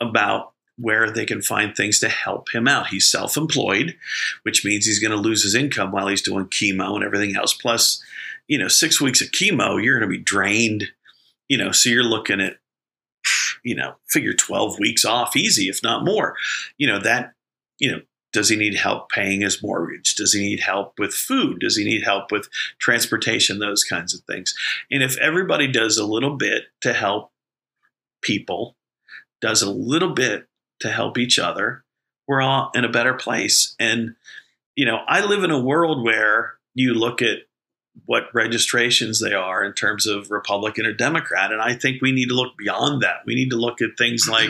Speaker 1: about where they can find things to help him out. He's self employed, which means he's going to lose his income while he's doing chemo and everything else. Plus, you know, six weeks of chemo, you're going to be drained, you know, so you're looking at, you know, figure 12 weeks off easy, if not more. You know, that, you know, does he need help paying his mortgage? Does he need help with food? Does he need help with transportation? Those kinds of things. And if everybody does a little bit to help people, does a little bit to help each other, we're all in a better place. And, you know, I live in a world where you look at what registrations they are in terms of Republican or Democrat. And I think we need to look beyond that. We need to look at things like,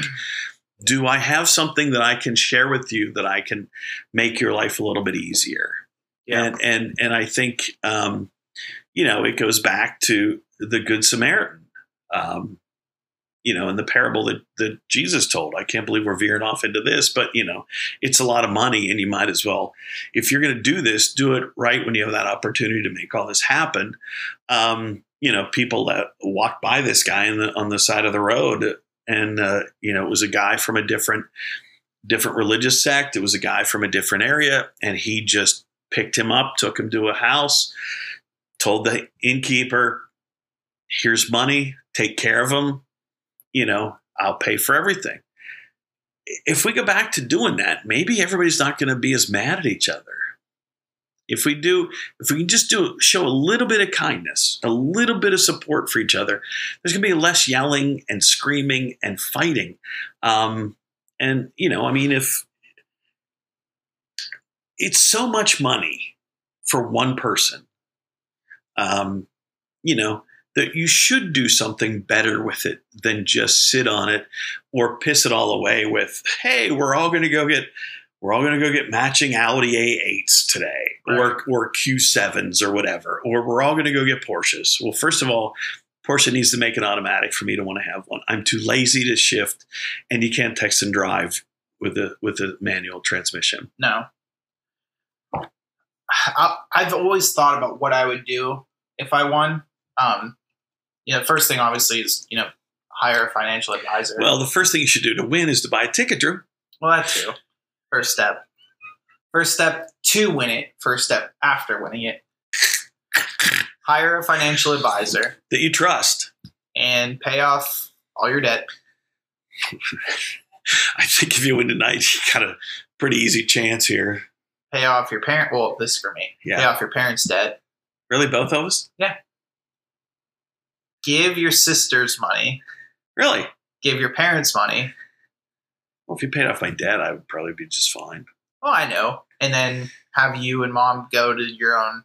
Speaker 1: do I have something that I can share with you that I can make your life a little bit easier?
Speaker 2: Yeah.
Speaker 1: And and and I think um, you know it goes back to the Good Samaritan, um, you know, and the parable that that Jesus told. I can't believe we're veering off into this, but you know, it's a lot of money, and you might as well, if you're going to do this, do it right when you have that opportunity to make all this happen. Um, you know, people that walked by this guy in the, on the side of the road and uh, you know it was a guy from a different different religious sect it was a guy from a different area and he just picked him up, took him to a house, told the innkeeper, here's money, take care of him. You know, I'll pay for everything. If we go back to doing that, maybe everybody's not going to be as mad at each other. If we do, if we can just do show a little bit of kindness, a little bit of support for each other, there's going to be less yelling and screaming and fighting. Um, and you know, I mean, if it's so much money for one person, um, you know, that you should do something better with it than just sit on it or piss it all away with, hey, we're all going to go get we're all going to go get matching Audi A8s today right. or or Q7s or whatever or we're all going to go get Porsches. Well, first of all, Porsche needs to make an automatic for me to want to have one. I'm too lazy to shift and you can't text and drive with a with a manual transmission.
Speaker 2: No. I, I've always thought about what I would do if I won. Um, you know, first thing obviously is you know hire a financial advisor.
Speaker 1: Well, the first thing you should do to win is to buy a ticket, Drew.
Speaker 2: Well, that too. First step. First step to win it. First step after winning it. hire a financial advisor
Speaker 1: that you trust
Speaker 2: and pay off all your debt.
Speaker 1: I think if you win tonight, you got a pretty easy chance here.
Speaker 2: Pay off your parent. Well, this is for me. Yeah. Pay off your parents' debt.
Speaker 1: Really, both of us?
Speaker 2: Yeah give your sisters money.
Speaker 1: Really?
Speaker 2: Give your parents money.
Speaker 1: Well, if you paid off my debt, I would probably be just fine.
Speaker 2: Well, Oh, I know. And then have you and mom go to your own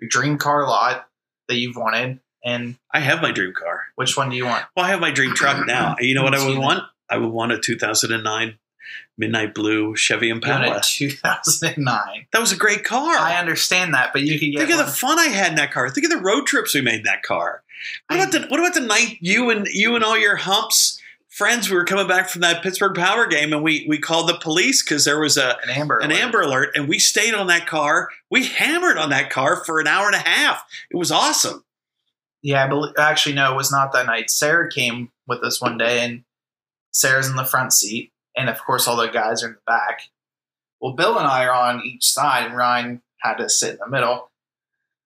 Speaker 2: your dream car lot that you've wanted. And
Speaker 1: I have my dream car.
Speaker 2: Which one do you want?
Speaker 1: Well, I have my dream truck now. You know what I would want? I would want a 2009 midnight blue Chevy Impala.
Speaker 2: 2009.
Speaker 1: That was a great car.
Speaker 2: I understand that, but you could
Speaker 1: think of one. the fun I had in that car. Think of the road trips we made in that car. What I, about the what about the night you and you and all your humps friends we were coming back from that Pittsburgh Power game and we we called the police because there was a
Speaker 2: an amber
Speaker 1: an alert. amber alert and we stayed on that car. We hammered on that car for an hour and a half. It was awesome.
Speaker 2: Yeah, but actually no, it was not that night. Sarah came with us one day and Sarah's in the front seat and of course all the guys are in the back. Well, Bill and I are on each side, and Ryan had to sit in the middle,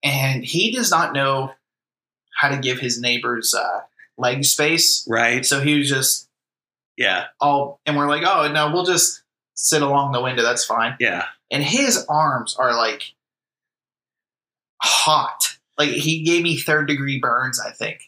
Speaker 2: and he does not know how to give his neighbors uh, leg space.
Speaker 1: Right.
Speaker 2: So he was just
Speaker 1: yeah.
Speaker 2: All and we're like, oh no, we'll just sit along the window. That's fine.
Speaker 1: Yeah.
Speaker 2: And his arms are like hot. Like he gave me third degree burns. I think.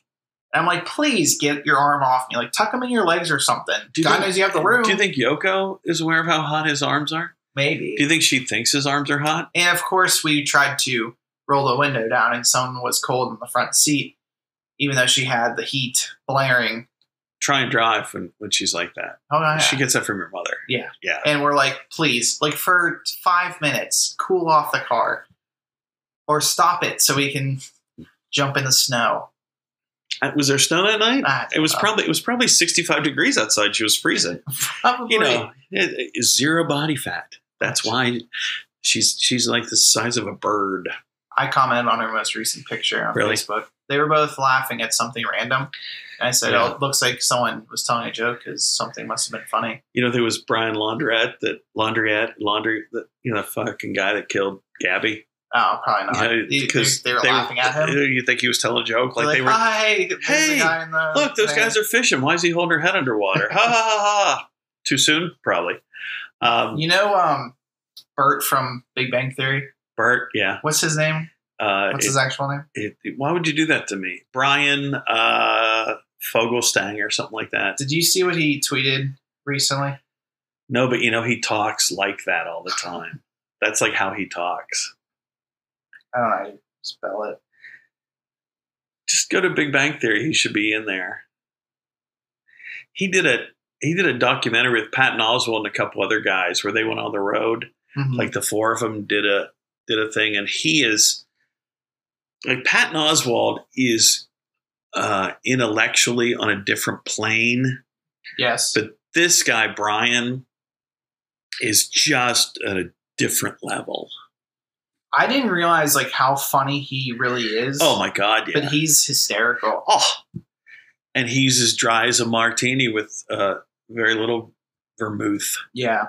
Speaker 2: And I'm like, please get your arm off me. Like, tuck them in your legs or something. Do God think, knows you have the room.
Speaker 1: Do you think Yoko is aware of how hot his arms are?
Speaker 2: Maybe.
Speaker 1: Do you think she thinks his arms are hot?
Speaker 2: And of course, we tried to roll the window down, and someone was cold in the front seat, even though she had the heat blaring.
Speaker 1: Try and drive when, when she's like that.
Speaker 2: Oh, yeah.
Speaker 1: She gets that from her mother.
Speaker 2: Yeah.
Speaker 1: Yeah.
Speaker 2: And we're like, please, like for five minutes, cool off the car or stop it so we can jump in the snow.
Speaker 1: Uh,
Speaker 2: Uh,
Speaker 1: Was there snow that night? It was know. probably it was probably sixty five degrees outside. She was freezing.
Speaker 2: probably.
Speaker 1: You know, eh, zero body fat. That's why she's she's like the size of a bird.
Speaker 2: I commented on her most recent picture on really? Facebook. They were both laughing at something random, and I said, yeah. "Oh, it looks like someone was telling a joke because something must have been funny."
Speaker 1: You know, there was Brian Laundrette that Laundrette Laundry, the, you know, the fucking guy that killed Gabby.
Speaker 2: Oh, probably not. Because you know, they, they, they, were laughing at him.
Speaker 1: eh, You think he was telling a joke? Like,
Speaker 2: like
Speaker 1: they were.
Speaker 2: Oh, hey,
Speaker 1: hey the look, those guys are fishing. Why is he holding her head underwater? ha ha ha ha! Too soon, probably.
Speaker 2: Um, you know, um, Bert from Big Bang Theory.
Speaker 1: Bert, yeah.
Speaker 2: What's his name?
Speaker 1: Uh,
Speaker 2: What's it, his actual name?
Speaker 1: It, it, why would you do that to me, Brian uh, Fogelstang or something like that?
Speaker 2: Did you see what he tweeted recently?
Speaker 1: No, but you know he talks like that all the time. That's like how he talks.
Speaker 2: I don't know how you spell it.
Speaker 1: Just go to Big Bang Theory. He should be in there. He did a he did a documentary with Patton Oswalt and a couple other guys where they went on the road.
Speaker 2: Hmm.
Speaker 1: Mm-hmm. Like the four of them did a did a thing, and he is like Patton Oswald is uh, intellectually on a different plane.
Speaker 2: Yes,
Speaker 1: but this guy Brian is just at a different level.
Speaker 2: I didn't realize like how funny he really is.
Speaker 1: Oh my god, yeah.
Speaker 2: But he's hysterical.
Speaker 1: Oh. And he's as dry as a martini with uh, very little vermouth.
Speaker 2: Yeah.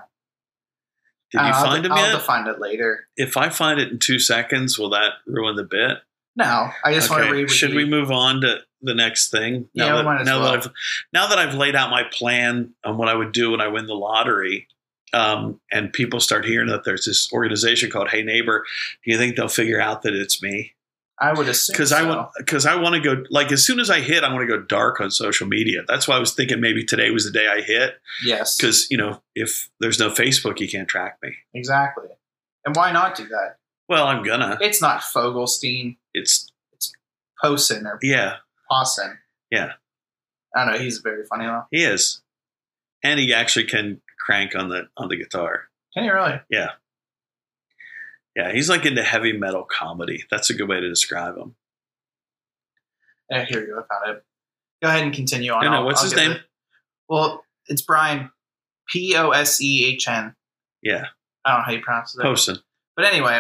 Speaker 1: Did you
Speaker 2: I'll,
Speaker 1: find him
Speaker 2: I'll
Speaker 1: yet?
Speaker 2: find it later.
Speaker 1: if I find it in two seconds, will that ruin the bit?
Speaker 2: No, I just want to read. What
Speaker 1: Should
Speaker 2: you-
Speaker 1: we move on to the next thing?
Speaker 2: Yeah, we
Speaker 1: Now,
Speaker 2: might
Speaker 1: that,
Speaker 2: as
Speaker 1: now
Speaker 2: well.
Speaker 1: that I've now that I've laid out my plan on what I would do when I win the lottery, um, and people start hearing that there's this organization called Hey Neighbor, do you think they'll figure out that it's me?
Speaker 2: I would assume
Speaker 1: Because I want because I want to go like as soon as I hit, I want to go dark on social media. That's why I was thinking maybe today was the day I hit.
Speaker 2: Yes,
Speaker 1: Because you know if there's no Facebook, you can't track me.
Speaker 2: exactly. And why not do that?
Speaker 1: Well, I'm gonna.
Speaker 2: It's not Fogelstein,
Speaker 1: It's
Speaker 2: Posen, or
Speaker 1: yeah,
Speaker 2: Posen.
Speaker 1: Yeah.
Speaker 2: I don't know. He's very funny though.
Speaker 1: he is, and he actually can crank on the on the guitar.
Speaker 2: Can you really?
Speaker 1: Yeah, he's like into heavy metal comedy. That's a good way to describe him.
Speaker 2: Yeah, here you go. I found it. Go ahead and continue on.
Speaker 1: No, no,
Speaker 2: I'll-
Speaker 1: what's
Speaker 2: I'll
Speaker 1: his
Speaker 2: give
Speaker 1: name?
Speaker 2: it- Well, it's Brian. P O S E H N.
Speaker 1: Yeah,
Speaker 2: I don't know how you pronounce it.
Speaker 1: Posen.
Speaker 2: But anyway,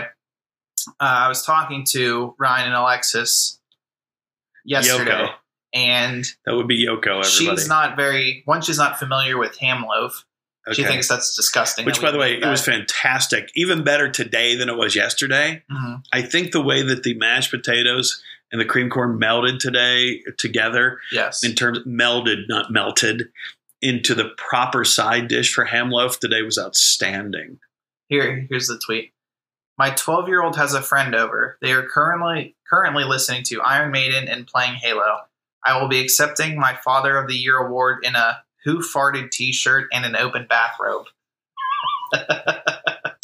Speaker 2: uh, I was talking to Ryan and Alexis yesterday,
Speaker 1: Yoko.
Speaker 2: and
Speaker 1: That would be Yoko. Everybody.
Speaker 2: she's not very. One, she's not familiar with ham loaf. She thinks that's disgusting.
Speaker 1: Which, by the way, it was fantastic. Even better today than it was yesterday.
Speaker 2: hmm
Speaker 1: I think the way that the mashed potatoes and the cream corn melded today together,
Speaker 2: Yes,
Speaker 1: in terms melded, not melted, into the proper side dish for ham loaf today was outstanding.
Speaker 2: Here, here's the tweet. My 12 year old has a friend over. They are currently currently listening to Iron Maiden and playing Halo. I will be accepting my Father of the Year award in a Who Farted t shirt and an open bathrobe.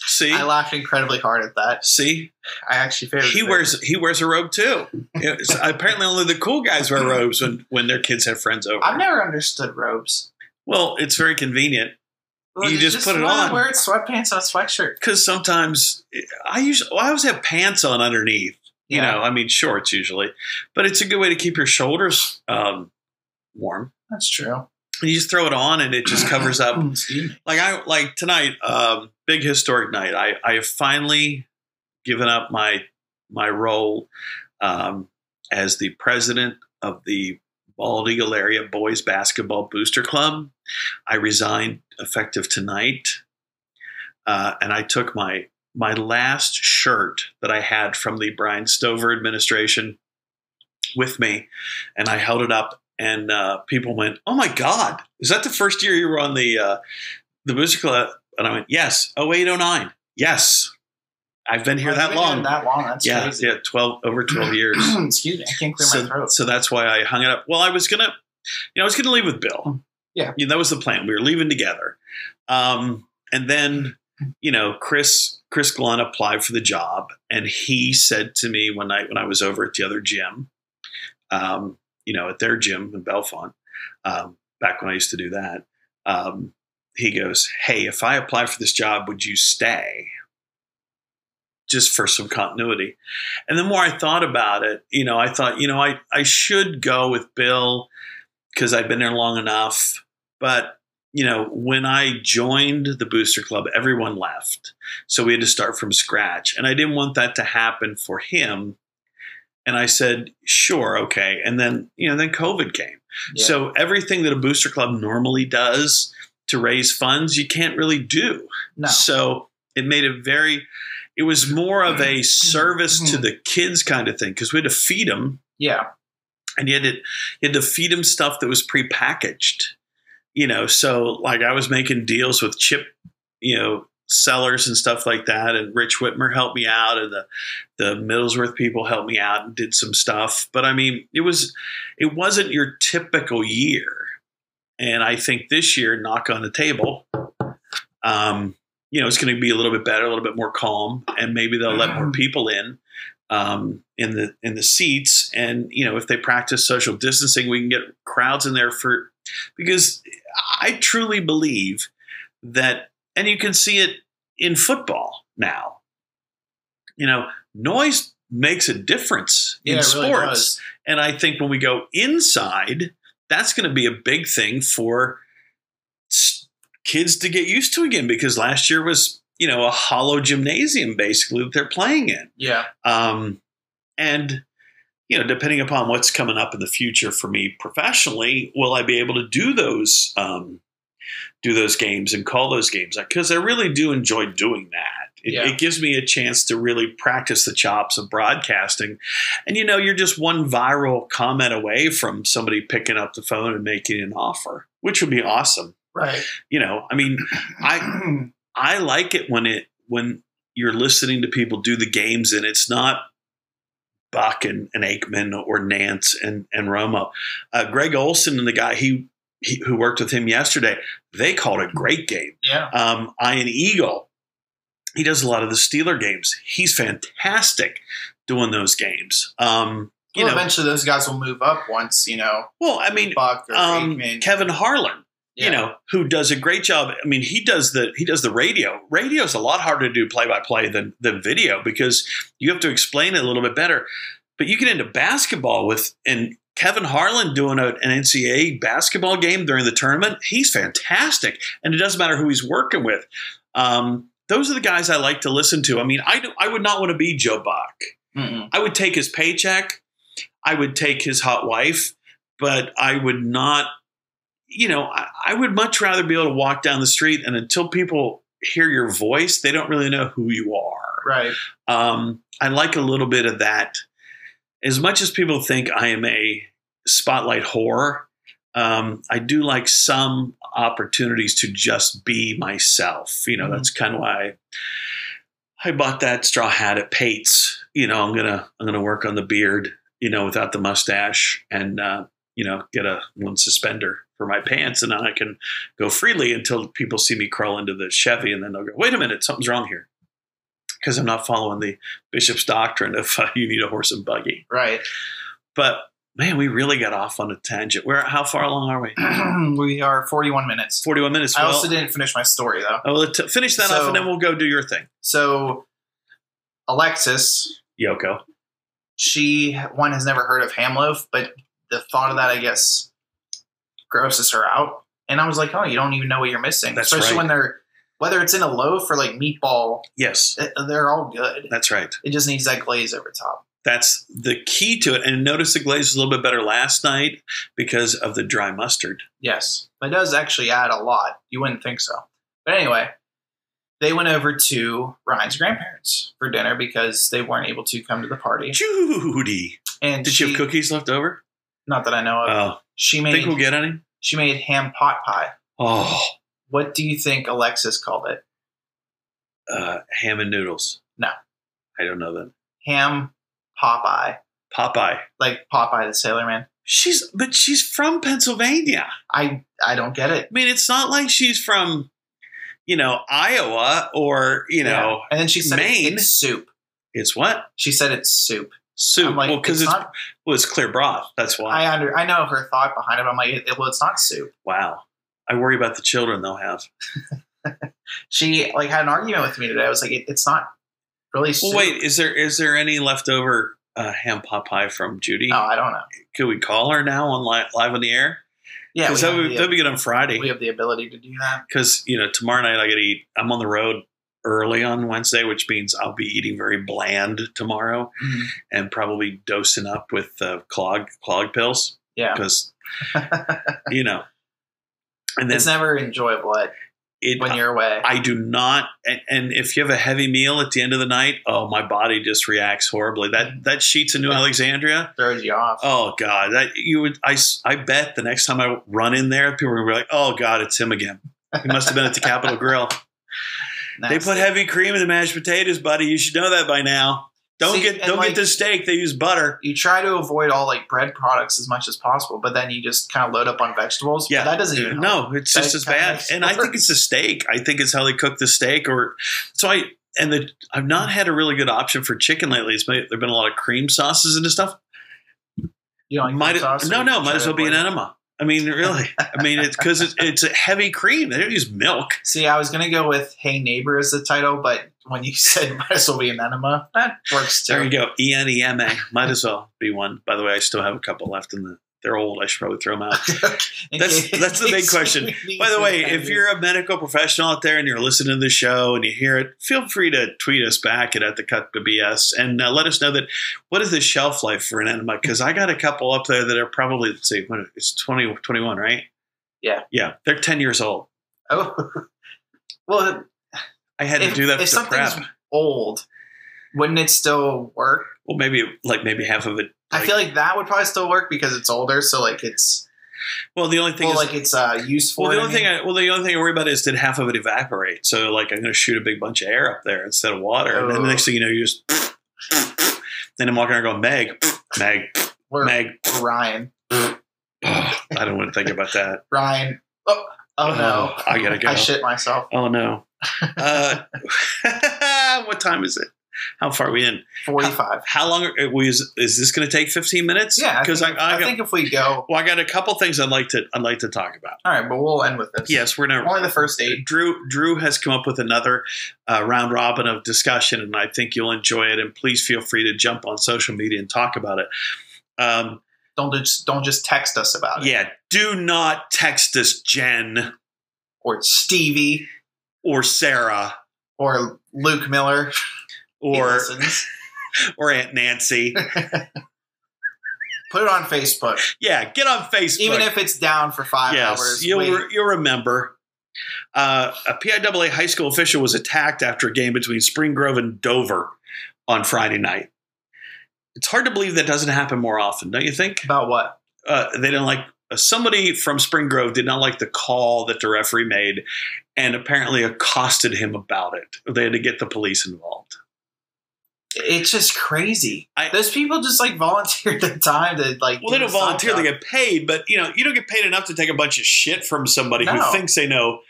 Speaker 1: See,
Speaker 2: I laughed incredibly hard at that.
Speaker 1: see,
Speaker 2: I actually favored
Speaker 1: he wears he wears a robe too. It's- apparently, only the cool guys wear robes when when their kids have friends over.
Speaker 2: I've never understood robes.
Speaker 1: Well, it's very convenient You
Speaker 2: Well,
Speaker 1: just put it
Speaker 2: wear-
Speaker 1: on.
Speaker 2: Wear it sweatpants and a sweatshirt.
Speaker 1: because sometimes I usually well, I always have pants on underneath. You
Speaker 2: Yeah.
Speaker 1: know, I mean shorts usually, but it's a good way to keep your shoulders um, warm.
Speaker 2: That's true.
Speaker 1: And you just throw it on, and it just covers up.
Speaker 2: Excuse me.
Speaker 1: Like I like tonight, um, big historic night. I I have finally given up my my role um, as the president of the Bald Eagle Area Boys Basketball Booster Club. I resigned effective tonight, uh, and I took my my last shirt that I had from the Brian Stover administration with me, and I held it up, and uh, people went, "Oh my God, is that the first year you were on the uh, the Booster Club?" And I went, "Yes, 0809. Yes, I've been here
Speaker 2: I've
Speaker 1: that
Speaker 2: been doing
Speaker 1: long."
Speaker 2: That long. That's
Speaker 1: yeah,
Speaker 2: crazy.
Speaker 1: yeah, twelve over twelve years
Speaker 2: Excuse me. I can't clear my
Speaker 1: so,
Speaker 2: throat.
Speaker 1: so that's why I hung it up. Well, I was gonna, you know, I was gonna leave with Bill.
Speaker 2: Mm, Yeah.
Speaker 1: You know, that was the plan. We were leaving together, um, and then you know, Chris Chris Glenn applied for the job, and he said to me one night when I was over at the other gym, um, you know, at their gym in Belfont, um, back when I used to do that. Um, he goes, "Hey, if I apply for this job, would you stay?" Just for some continuity. And the more I thought about it, you know, I thought, you know, I, I should go with Bill because I've been there long enough. But, you know, when I joined the Booster Club, everyone left. So we had to start from scratch. And I didn't want that to happen for him. And I said, sure, okay. And then, you know, then COVID came.
Speaker 2: Yeah.
Speaker 1: So everything that a Booster Club normally does to raise funds, you can't really do.
Speaker 2: no.
Speaker 1: So it made it very, it was more of a service to the kids kind of thing because we had to feed them
Speaker 2: Yeah.
Speaker 1: and you had to, you had to feed them stuff that was prepackaged, you know. So like I was making deals with chip, you know, sellers and stuff like that. And Rich Whitmer helped me out and the, the Middlesworth people helped me out and did some stuff. But I mean, it was, it wasn't your typical year. And I think this year, knock on the table, um, you know, it's going to be a little bit better, a little bit more calm, and maybe they'll let more people in um, in the in the seats. And you know, if they practice social distancing, we can get crowds in there for because I truly believe that, and you can see it in football now. You know, noise makes a difference
Speaker 2: Yeah,
Speaker 1: in
Speaker 2: it
Speaker 1: sports.
Speaker 2: really does.
Speaker 1: And I think when we go inside, that's going to be a big thing for s- kids to get used to again because last year was, you know, a hollow gymnasium basically that they're playing in.
Speaker 2: Yeah.
Speaker 1: Um, and, you know, depending upon what's coming up in the future for me professionally, will I be able to do those um, do those games and call those games because I really do enjoy doing that. It,
Speaker 2: Yeah.
Speaker 1: it gives me a chance to really practice the chops of broadcasting. And you know, you're just one viral comment away from somebody picking up the phone and making an offer, which would be awesome.
Speaker 2: Right.
Speaker 1: You know, I mean, I I like it when it when you're listening to people do the games and it's not Buck and, and Aikman or Nance and and Romo. Uh, Greg Olson and the guy he, he who worked with him yesterday, they called a great game.
Speaker 2: yeah.
Speaker 1: Um, Ian Eagle, he does a lot of the Steeler games. He's fantastic doing those games. Um, you
Speaker 2: Well,
Speaker 1: know,
Speaker 2: eventually those guys will move up once you know
Speaker 1: well, I mean,
Speaker 2: Buck or
Speaker 1: um,
Speaker 2: Aikman.
Speaker 1: Kevin Harlan
Speaker 2: Yeah.
Speaker 1: you know, who does a great job. I mean, he does the he does the radio. Radio is a lot harder to do play by play than than video because you have to explain it a little bit better. But you get into basketball with and Kevin Harlan doing a, an NCAA basketball game during the tournament. He's fantastic, and it doesn't matter who he's working with. Um, those are the guys I like to listen to. I mean, I do, I would not want to be Joe Buck.
Speaker 2: Mm-mm.
Speaker 1: I would take his paycheck. I would take his hot wife, but I would not, you know, I, I would much rather be able to walk down the street and until people hear your voice, they don't really know who you are.
Speaker 2: Right.
Speaker 1: Um, I like a little bit of that. As much as people think I am a spotlight whore, um, I do like some opportunities to just be myself. You know,
Speaker 2: Mhm.
Speaker 1: that's kind of why I, I bought that straw hat at Pate's. You know, I'm gonna I'm gonna work on the beard. You know, without the mustache, and uh, you know, get a one suspender for my pants, and then I can go freely until people see me crawl into the Chevy, and then they'll go, "Wait a minute, something's wrong here," because I'm not following the bishop's doctrine of uh, you need a horse and buggy.
Speaker 2: Right.
Speaker 1: But man, we really got off on a tangent. Where? How far along are we?
Speaker 2: we are 41 minutes.
Speaker 1: Forty-one minutes.
Speaker 2: I
Speaker 1: Well,
Speaker 2: also didn't finish my story though.
Speaker 1: oh, let- finish that off,
Speaker 2: So-
Speaker 1: and then we'll go do your thing,
Speaker 2: So Alexis,
Speaker 1: Yoko.
Speaker 2: she one has never heard of Hamloaf, but the thought of that I guess grosses her out. And I was like, oh, you don't even know what you're missing,
Speaker 1: That's
Speaker 2: especially
Speaker 1: right.
Speaker 2: when they're whether it's in a loaf or like meatball,
Speaker 1: Yes,
Speaker 2: th- they're all good.
Speaker 1: that's right.
Speaker 2: It just needs that glaze over top.
Speaker 1: That's the key to it. And notice the glaze was a little bit better last night because of the dry mustard.
Speaker 2: Yes, it does actually add a lot. You wouldn't think so, but anyway. They went over to Ryan's grandparents for dinner because they weren't able to come to the party.
Speaker 1: Judy,
Speaker 2: And
Speaker 1: did
Speaker 2: she, Uh,
Speaker 1: you have cookies left over?
Speaker 2: Not that I know of.
Speaker 1: Oh,
Speaker 2: she made
Speaker 1: think we'll get any?
Speaker 2: she made ham pot pie.
Speaker 1: Oh,
Speaker 2: What do you think Alexis called it?
Speaker 1: uh, ham and noodles.
Speaker 2: No.
Speaker 1: I don't know that.
Speaker 2: Ham Popeye,
Speaker 1: Popeye.
Speaker 2: like Popeye the Sailor Man.
Speaker 1: She's, but she's from Pennsylvania.
Speaker 2: I I don't get
Speaker 1: I
Speaker 2: it.
Speaker 1: mean, it's not like she's from, you know, Iowa or you know,
Speaker 2: Yeah. and then she said
Speaker 1: Maine.
Speaker 2: it's soup.
Speaker 1: it's what
Speaker 2: She said it's soup.
Speaker 1: soup.
Speaker 2: I'm like,
Speaker 1: well, because
Speaker 2: it's
Speaker 1: it's,
Speaker 2: not.
Speaker 1: well, it's clear broth. That's why.
Speaker 2: I under I know her thought behind it. But I'm like, it, well, it's not soup.
Speaker 1: wow. I worry about the children they'll have.
Speaker 2: She like had an argument with me today. I was like, it, it's not really
Speaker 1: Well,
Speaker 2: soup.
Speaker 1: wait. Is there is there any leftover uh, ham pot pie from Judy?
Speaker 2: No, I don't know.
Speaker 1: Could we call her now on live, live on the air?
Speaker 2: Yeah, we
Speaker 1: Because
Speaker 2: have,
Speaker 1: that would that'd
Speaker 2: the,
Speaker 1: be good on Friday.
Speaker 2: we have the ability to do that.
Speaker 1: because you know tomorrow night I got to eat. I'm on the road early on Wednesday, which means I'll be eating very bland tomorrow
Speaker 2: Mhm.
Speaker 1: and probably dosing up with uh, clog clog pills
Speaker 2: Yeah,
Speaker 1: because you know. And then
Speaker 2: it's never enjoyable at,
Speaker 1: it,
Speaker 2: when you're away.
Speaker 1: I do not, and, and if you have a heavy meal at the end of the night, oh, my body just reacts horribly.
Speaker 2: Mm-hmm.
Speaker 1: That that sheets of New Alexandria.
Speaker 2: throws you off.
Speaker 1: Oh God, that you would. I, s- I bet the next time I run in there, people are gonna be like, "Oh God, it's him again. He must have been at the Capitol Grill." They put
Speaker 2: Nasty.
Speaker 1: heavy cream in the mashed potatoes, buddy. You should know that by now. Don't
Speaker 2: See,
Speaker 1: get
Speaker 2: and
Speaker 1: don't
Speaker 2: like-
Speaker 1: get the steak. They use butter.
Speaker 2: you try to avoid all like bread products as much as possible, but then you just kind of load up on vegetables.
Speaker 1: Yeah.
Speaker 2: that doesn't even help.
Speaker 1: No, it's just
Speaker 2: That
Speaker 1: as
Speaker 2: kinda
Speaker 1: bad.
Speaker 2: makes
Speaker 1: And I
Speaker 2: sense.
Speaker 1: think it's the steak. I think it's how they cook the steak. Or so I and the I've not had a really good option for chicken lately. It's made, there've been a lot of cream sauces and stuff.
Speaker 2: You don't like
Speaker 1: might
Speaker 2: cream sauce,
Speaker 1: no
Speaker 2: or
Speaker 1: no might
Speaker 2: you try
Speaker 1: as
Speaker 2: to
Speaker 1: well be an
Speaker 2: avoid it?
Speaker 1: enema. I mean, really. I mean, it's because it's, it's a heavy cream. They don't use milk.
Speaker 2: See, I was gonna go with "Hey Neighbor" as the title, but when you said might as well be an enema,
Speaker 1: Eh,
Speaker 2: that works too.
Speaker 1: There you go. E N E M A. Might as well be one. By the way, I still have a couple left in the. They're old. I should probably throw them out.
Speaker 2: In
Speaker 1: That's-
Speaker 2: case-
Speaker 1: that's the
Speaker 2: in
Speaker 1: big
Speaker 2: case
Speaker 1: question.
Speaker 2: we need
Speaker 1: By the
Speaker 2: to
Speaker 1: way,
Speaker 2: have
Speaker 1: if
Speaker 2: you-
Speaker 1: you're a medical professional out there and you're listening to the show and you hear it, feel free to tweet us back at, at the cut the BS and uh, let us know that what is the shelf life for an enema? Because I got a couple up there that are probably let's see, what, it's 20, 21, right?
Speaker 2: Yeah.
Speaker 1: yeah, they're ten years old.
Speaker 2: Oh, well,
Speaker 1: I had
Speaker 2: If-
Speaker 1: to do that
Speaker 2: if
Speaker 1: for the
Speaker 2: something's-
Speaker 1: prep.
Speaker 2: old. Wouldn't it still work?
Speaker 1: Well, maybe like maybe half of it.
Speaker 2: I feel like that would probably still work because it's older. So like it's
Speaker 1: Well, the only thing
Speaker 2: well,
Speaker 1: is
Speaker 2: like it's uh useful.
Speaker 1: well, the only thing I well, the only thing I worry about is did half of it evaporate? So like I'm going to shoot a big bunch of air up there instead of water, and then
Speaker 2: Oh.
Speaker 1: the next thing you know, you just then I'm walking around going Meg, Meg,
Speaker 2: we're
Speaker 1: Meg.
Speaker 2: Ryan.
Speaker 1: Ugh, I don't want to think about that.
Speaker 2: Ryan. Oh, oh no.
Speaker 1: Ugh, I gotta go.
Speaker 2: I shit myself.
Speaker 1: oh no. Uh, what time is it? How far are we in?
Speaker 2: Forty-five.
Speaker 1: How long are we? Is, is this going to take 15 minutes?
Speaker 2: Yeah, I
Speaker 1: because I, I,
Speaker 2: I
Speaker 1: got,
Speaker 2: think if we go,
Speaker 1: well, I got a couple things I'd like to I'd like to talk about.
Speaker 2: all right, but we'll end with this.
Speaker 1: Yes, we're gonna
Speaker 2: Only the first eight.
Speaker 1: Drew Drew has come up with another uh, round robin of discussion, and I think you'll enjoy it. And please feel free to jump on social media and talk about it. Um,
Speaker 2: Don't just don't just text us about it.
Speaker 1: yeah, do not text us Jen
Speaker 2: Or Stevie
Speaker 1: or Sarah
Speaker 2: or Luke Miller. He
Speaker 1: or
Speaker 2: listens.
Speaker 1: or Aunt Nancy.
Speaker 2: put it on Facebook,
Speaker 1: yeah, get on Facebook.
Speaker 2: even if it's down for five
Speaker 1: yes,
Speaker 2: hours.
Speaker 1: you'll
Speaker 2: wait.
Speaker 1: re- you'll remember. Uh, a PIAA high school official was attacked after a game between Spring Grove and Dover on Friday night. It's hard to believe that doesn't happen more often, don't you think?
Speaker 2: about what?
Speaker 1: uh, they didn't like somebody from Spring Grove did not like the call that the referee made, and apparently accosted him about it. They had to get the police involved.
Speaker 2: It's just crazy.
Speaker 1: I-
Speaker 2: Those people just like volunteer their time to like.
Speaker 1: Well, they
Speaker 2: do
Speaker 1: don't
Speaker 2: a side
Speaker 1: volunteer; they
Speaker 2: job.
Speaker 1: get paid. But you know, you don't get paid enough to take a bunch of shit from somebody
Speaker 2: No.
Speaker 1: who thinks they know.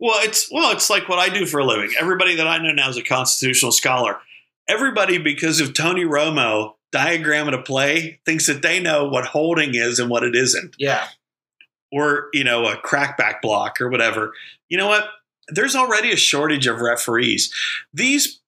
Speaker 1: Well, it's well, it's like what I do for a living. Everybody that I know now is a constitutional scholar. Everybody, because of Tony Romo diagramming a play, thinks that they know what holding is and what it isn't.
Speaker 2: yeah.
Speaker 1: or you know a crackback block or whatever you know what there's already a shortage of referees these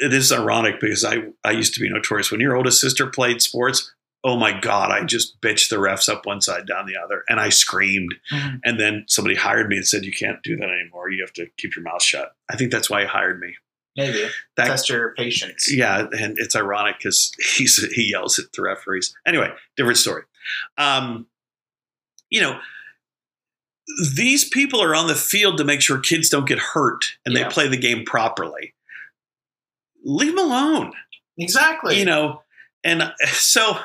Speaker 1: it is ironic because i i used to be notorious when your oldest sister played sports oh my god i just bitched the refs up one side down the other and i screamed
Speaker 2: Mhm.
Speaker 1: and then somebody hired me and said you can't do that anymore you have to keep your mouth shut i think that's why he hired me
Speaker 2: Maybe
Speaker 1: That-
Speaker 2: test your patience.
Speaker 1: yeah, and it's ironic because he's he yells at the referees. Anyway, different story. Um, you know, these people are on the field to make sure kids don't get hurt and
Speaker 2: Yeah.
Speaker 1: they play the game properly. Leave them alone,
Speaker 2: Exactly.
Speaker 1: you know. And so,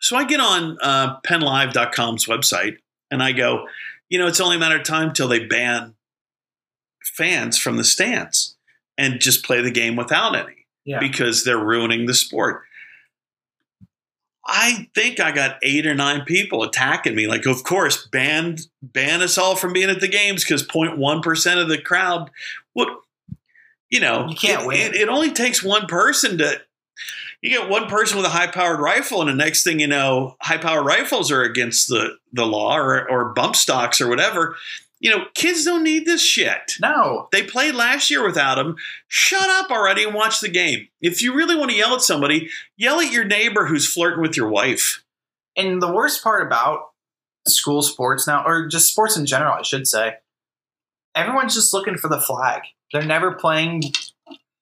Speaker 1: so I get on uh, PennLive.com's website and I go, you know, it's only a matter of time till they ban fans from the stands and just play the game without any
Speaker 2: Yeah.
Speaker 1: because they're ruining the sport. I think I got eight or nine people attacking me, like, of course, ban ban us all from being at the games because 0.1 percent of the crowd. What you know,
Speaker 2: You can't
Speaker 1: it,
Speaker 2: win.
Speaker 1: It, it only takes one person to. You get one person with a high powered rifle, and the next thing you know, high powered rifles are against the the law or or bump stocks or whatever. You know, kids don't need this shit.
Speaker 2: No.
Speaker 1: They played last year without him. Shut up already and watch the game. If you really want to yell at somebody, yell at your neighbor who's flirting with your wife.
Speaker 2: And the worst part about school sports now, or just sports in general, I should say, everyone's just looking for the flag. They're never playing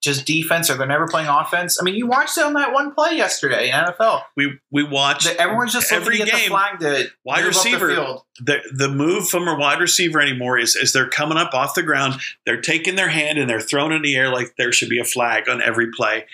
Speaker 2: just defense or they're never playing offense. I mean, you watched it on that one play yesterday in NFL.
Speaker 1: We we watch
Speaker 2: That everyone's just looking
Speaker 1: Every
Speaker 2: to get the
Speaker 1: game,
Speaker 2: flag to
Speaker 1: wide
Speaker 2: move up the
Speaker 1: receiver.
Speaker 2: field.
Speaker 1: the the move from a wide receiver anymore is as they're coming up off the ground, they're taking their hand and they're thrown in the air like there should be a flag on every play.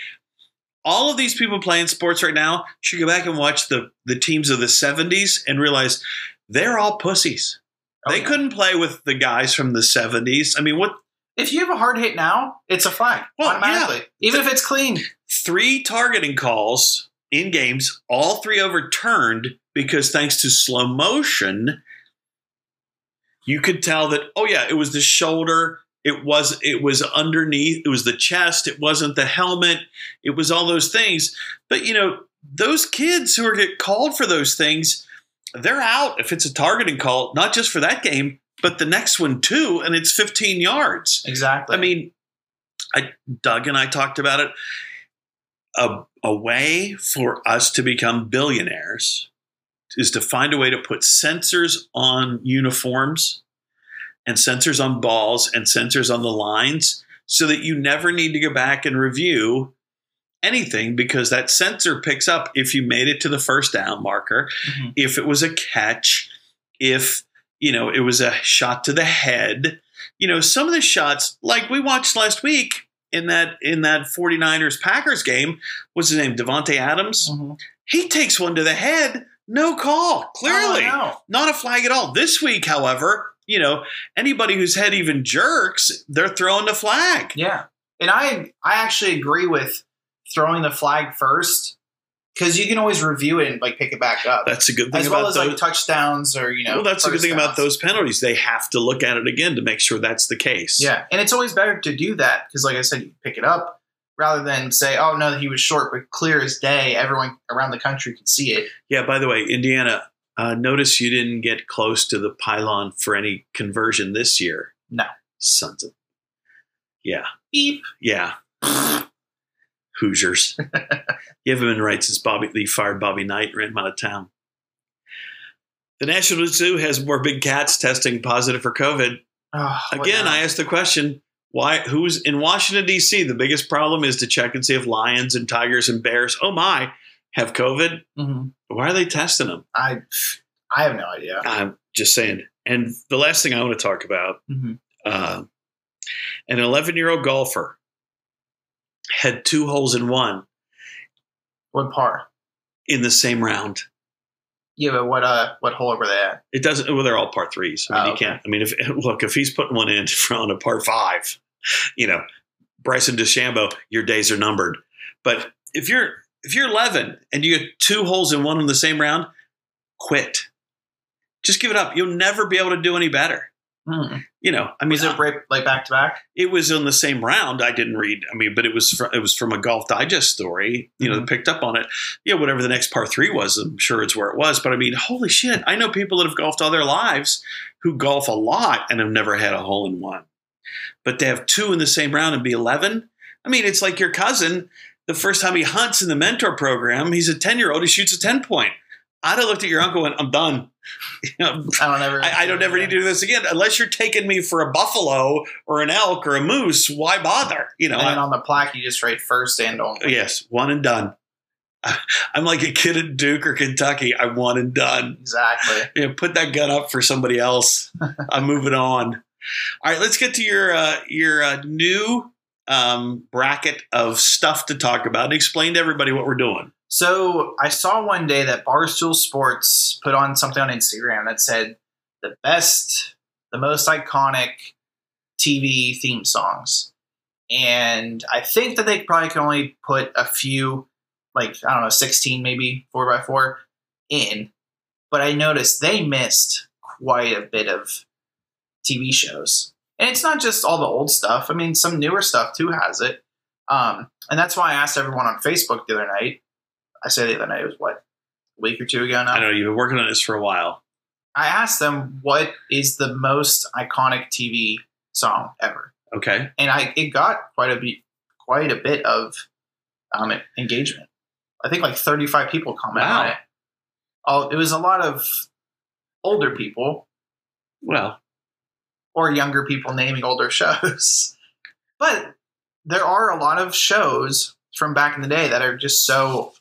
Speaker 1: All of these people playing sports right now should go back and watch the the teams of the 70s and realize they're all pussies. they
Speaker 2: Okay.
Speaker 1: couldn't play with the guys from the 70s. I mean, what
Speaker 2: If you have a hard hit now, it's a flag
Speaker 1: Well,
Speaker 2: automatically, even if it's clean.
Speaker 1: three targeting calls in games, all three overturned because thanks to slow motion, you could tell that oh yeah, it was the shoulder, it was it was underneath, it was the chest, it wasn't the helmet, it was all those things. But you know, those kids who are get called for those things, they're out if it's a targeting call, not just for that game, but the next one too, and it's 15 yards.
Speaker 2: Exactly.
Speaker 1: I mean, I Doug and I talked about it. A, a way for us to become billionaires is to find a way to put sensors on uniforms and sensors on balls and sensors on the lines so that you never need to go back and review anything because that sensor picks up if you made it to the first down marker
Speaker 2: Mhm.
Speaker 1: if it was a catch, if you know it was a shot to the head, you know, some of the shots, like we watched last week in that in that 49ers Packers game, what's his name? Devontae Adams.
Speaker 2: Mhm.
Speaker 1: He takes one to the head, no call, clearly.
Speaker 2: Oh, no.
Speaker 1: Not a flag at all. This week, however, you know, anybody whose head even jerks, they're throwing the flag.
Speaker 2: Yeah, and I I actually agree with throwing the flag first because you can always review it and like pick it back up,
Speaker 1: That's a good thing
Speaker 2: as
Speaker 1: about
Speaker 2: well as
Speaker 1: those.
Speaker 2: like touchdowns or you know.
Speaker 1: well, that's a good
Speaker 2: first
Speaker 1: thing about
Speaker 2: downs.
Speaker 1: those penalties. They have to look at it again to make sure that's the case.
Speaker 2: Yeah, and it's always better to do that because, like I said, you pick it up rather than say, "Oh no, he was short," but clear as day, everyone around the country can see it.
Speaker 1: Yeah, by the way, Indiana, uh, notice you didn't get close to the pylon for any conversion this year.
Speaker 2: No.
Speaker 1: Sons of. Yeah.
Speaker 2: Beep.
Speaker 1: Yeah. Hoosiers. you haven't been right since Bobby Lee fired Bobby Knight and ran him out of town. The National Zoo has more big cats testing positive for COVID.
Speaker 2: Oh, what
Speaker 1: Again,
Speaker 2: now?
Speaker 1: I asked the question why who's in Washington D.C. The biggest problem is to check and see if lions and tigers and bears, oh my, have COVID.
Speaker 2: Mhm.
Speaker 1: Why are they testing them?
Speaker 2: I I have no idea.
Speaker 1: I'm just saying. And the last thing I want to talk about,
Speaker 2: Mhm.
Speaker 1: uh, an 11 year old golfer had two holes in one
Speaker 2: What par?
Speaker 1: in the same round.
Speaker 2: Yeah, but what uh, what hole were they at?
Speaker 1: It doesn't. Well, they're all par threes. I mean,
Speaker 2: Oh,
Speaker 1: you
Speaker 2: okay.
Speaker 1: can't. I mean, if look, if he's putting one in on a par five, you know, Bryson DeChambeau, your days are numbered. But if you're if you're 11 and you get two holes in one in the same round, quit. Just give it up. You'll never be able to do any better.
Speaker 2: Mm.
Speaker 1: You know, I mean,
Speaker 2: Was it right, like back to back?
Speaker 1: it was on the same round. I didn't read. I mean, but it was fr- it was from a Golf Digest story. You know,
Speaker 2: Mhm.
Speaker 1: picked up on it. Yeah, whatever the next par three was, I'm sure it's where it was. But I mean, holy shit! I know people that have golfed all their lives who golf a lot and have never had a hole in one. But to have two in the same round and be 11, I mean, it's like your cousin. The first time he hunts in the mentor program, he's a 10 year old. He shoots a 10 point. I'd have looked at your uncle and I'm done. You know,
Speaker 2: I don't ever.
Speaker 1: I, I don't ever need to do this again unless you're taking me for a buffalo or an elk or a moose. Why bother? You know.
Speaker 2: And then
Speaker 1: I-
Speaker 2: on the plaque, you just write first and only.
Speaker 1: yes, one and done. I'm like a kid at Duke or Kentucky. I'm one and done.
Speaker 2: Exactly.
Speaker 1: You know, put that gun up for somebody else. I'm moving on. All right, let's get to your uh, your uh, new um, bracket of stuff to talk about and explain to everybody what we're doing.
Speaker 2: So I saw one day that Barstool Sports put on something on Instagram that said the best, the most iconic TV theme songs. And I think that they probably can only put a few, like, I don't know, 16 maybe, 4x4 in. But I noticed they missed quite a bit of TV shows. And it's not just all the old stuff. I mean, some newer stuff too has it. Um, and that's why I asked everyone on Facebook the other night. I say the other night, it was what, a week or two ago now?
Speaker 1: I know you've been working on this for a while.
Speaker 2: I asked them what is the most iconic TV song ever,
Speaker 1: Okay,
Speaker 2: and I it got quite a bit, quite a bit of um, engagement. I think like thirty five people commented on
Speaker 1: Wow.
Speaker 2: it. Oh, it was a lot of older people
Speaker 1: well,
Speaker 2: or younger people naming older shows, but there are a lot of shows from back in the day that are just so